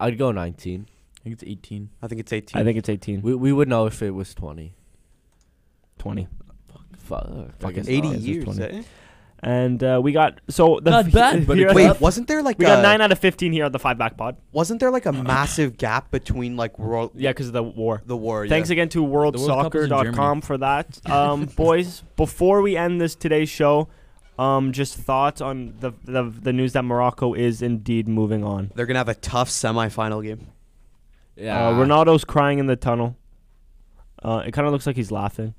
I'd go 19.
I think it's 18.
I think it's 18.
I think it's 18.
We we would know if it was 20.
20.
Fuck. I
Fucking
guess
eighty.
not.
it's
eh?
And uh, we got. So the.
Not bad, but
here
it
are
Wait, Uh,
the-
wasn't there like
we
a,
got 9 out of 15 here at the Five Back Pod.
wasn't there like a massive gap between like world
Yeah, because of the war.
the war?
Thanks
yeah.
again to
The World Cup is in
worldsoccer.com
Germany.
for that. Um, boys, before we end this today's show, um, just thoughts on the, the the news that Morocco is indeed moving on.
They're gonna have a tough semifinal game.
Yeah.
Uh, Ronaldo's crying in the tunnel. Uh, it kind of looks like he's laughing.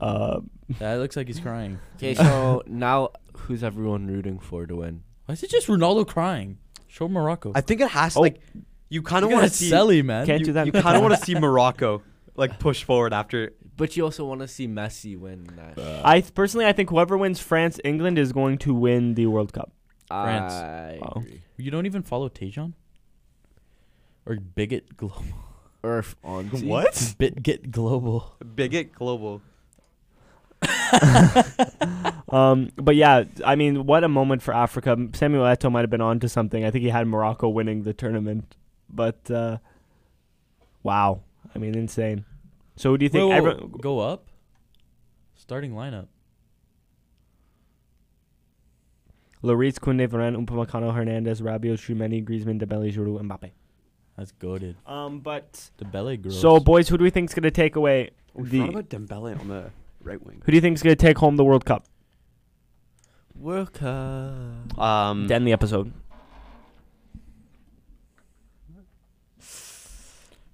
Uh,
That looks like he's crying.
Okay, so now who's everyone rooting for to win?
Why is it just Ronaldo crying? Show Morocco.
I think it has
Oh.
like you kind of
You
want
got
to see
Selly, man.
Can't
you,
do that.
You kind of want to see Morocco like push forward after.
But you also want to see Messi win that.
I th- personally, I think whoever wins France England is going to win the World Cup.
France.
I
Wow.
agree.
You don't even follow Tejan? Or Bigot Global.
Earth on
Bitget Global.
Bigot global.
Um, but yeah, I mean, what a moment for Africa. Samuel Eto'o might have been onto something. I think he had Morocco winning the tournament, but uh, wow, I mean, insane. So, do you think
Whoa, whoa,
everyone-
go up? Starting lineup.
Lloris, Koundé, Varane, Upamecano, Hernandez, Rabiot, Shumeni, Griezmann, Dembele, Giroud, Mbappe?
That's goaded.
Um, but
The belly grows.
so, boys, who do we think's gonna take away
We
the?
forgot about Dembele on the right wing.
Who do you think's gonna take home the World Cup?
World Cup.
Um,
To end the episode.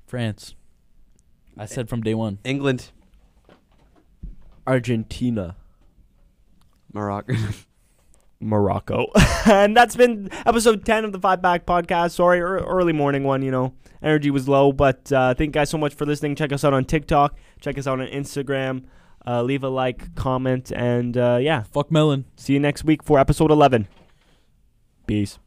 France. I said from day one.
England,
Argentina.
Morocco.
Morocco. and that's been episode 10 of the Five Back Podcast. Sorry, ear early morning one, you know, energy was low. But uh, thank you guys so much for listening. Check us out on TikTok. Check us out on Instagram. Uh, leave a like, comment, and uh, yeah,
Fuck Melon.
see you next week for episode 11. Peace.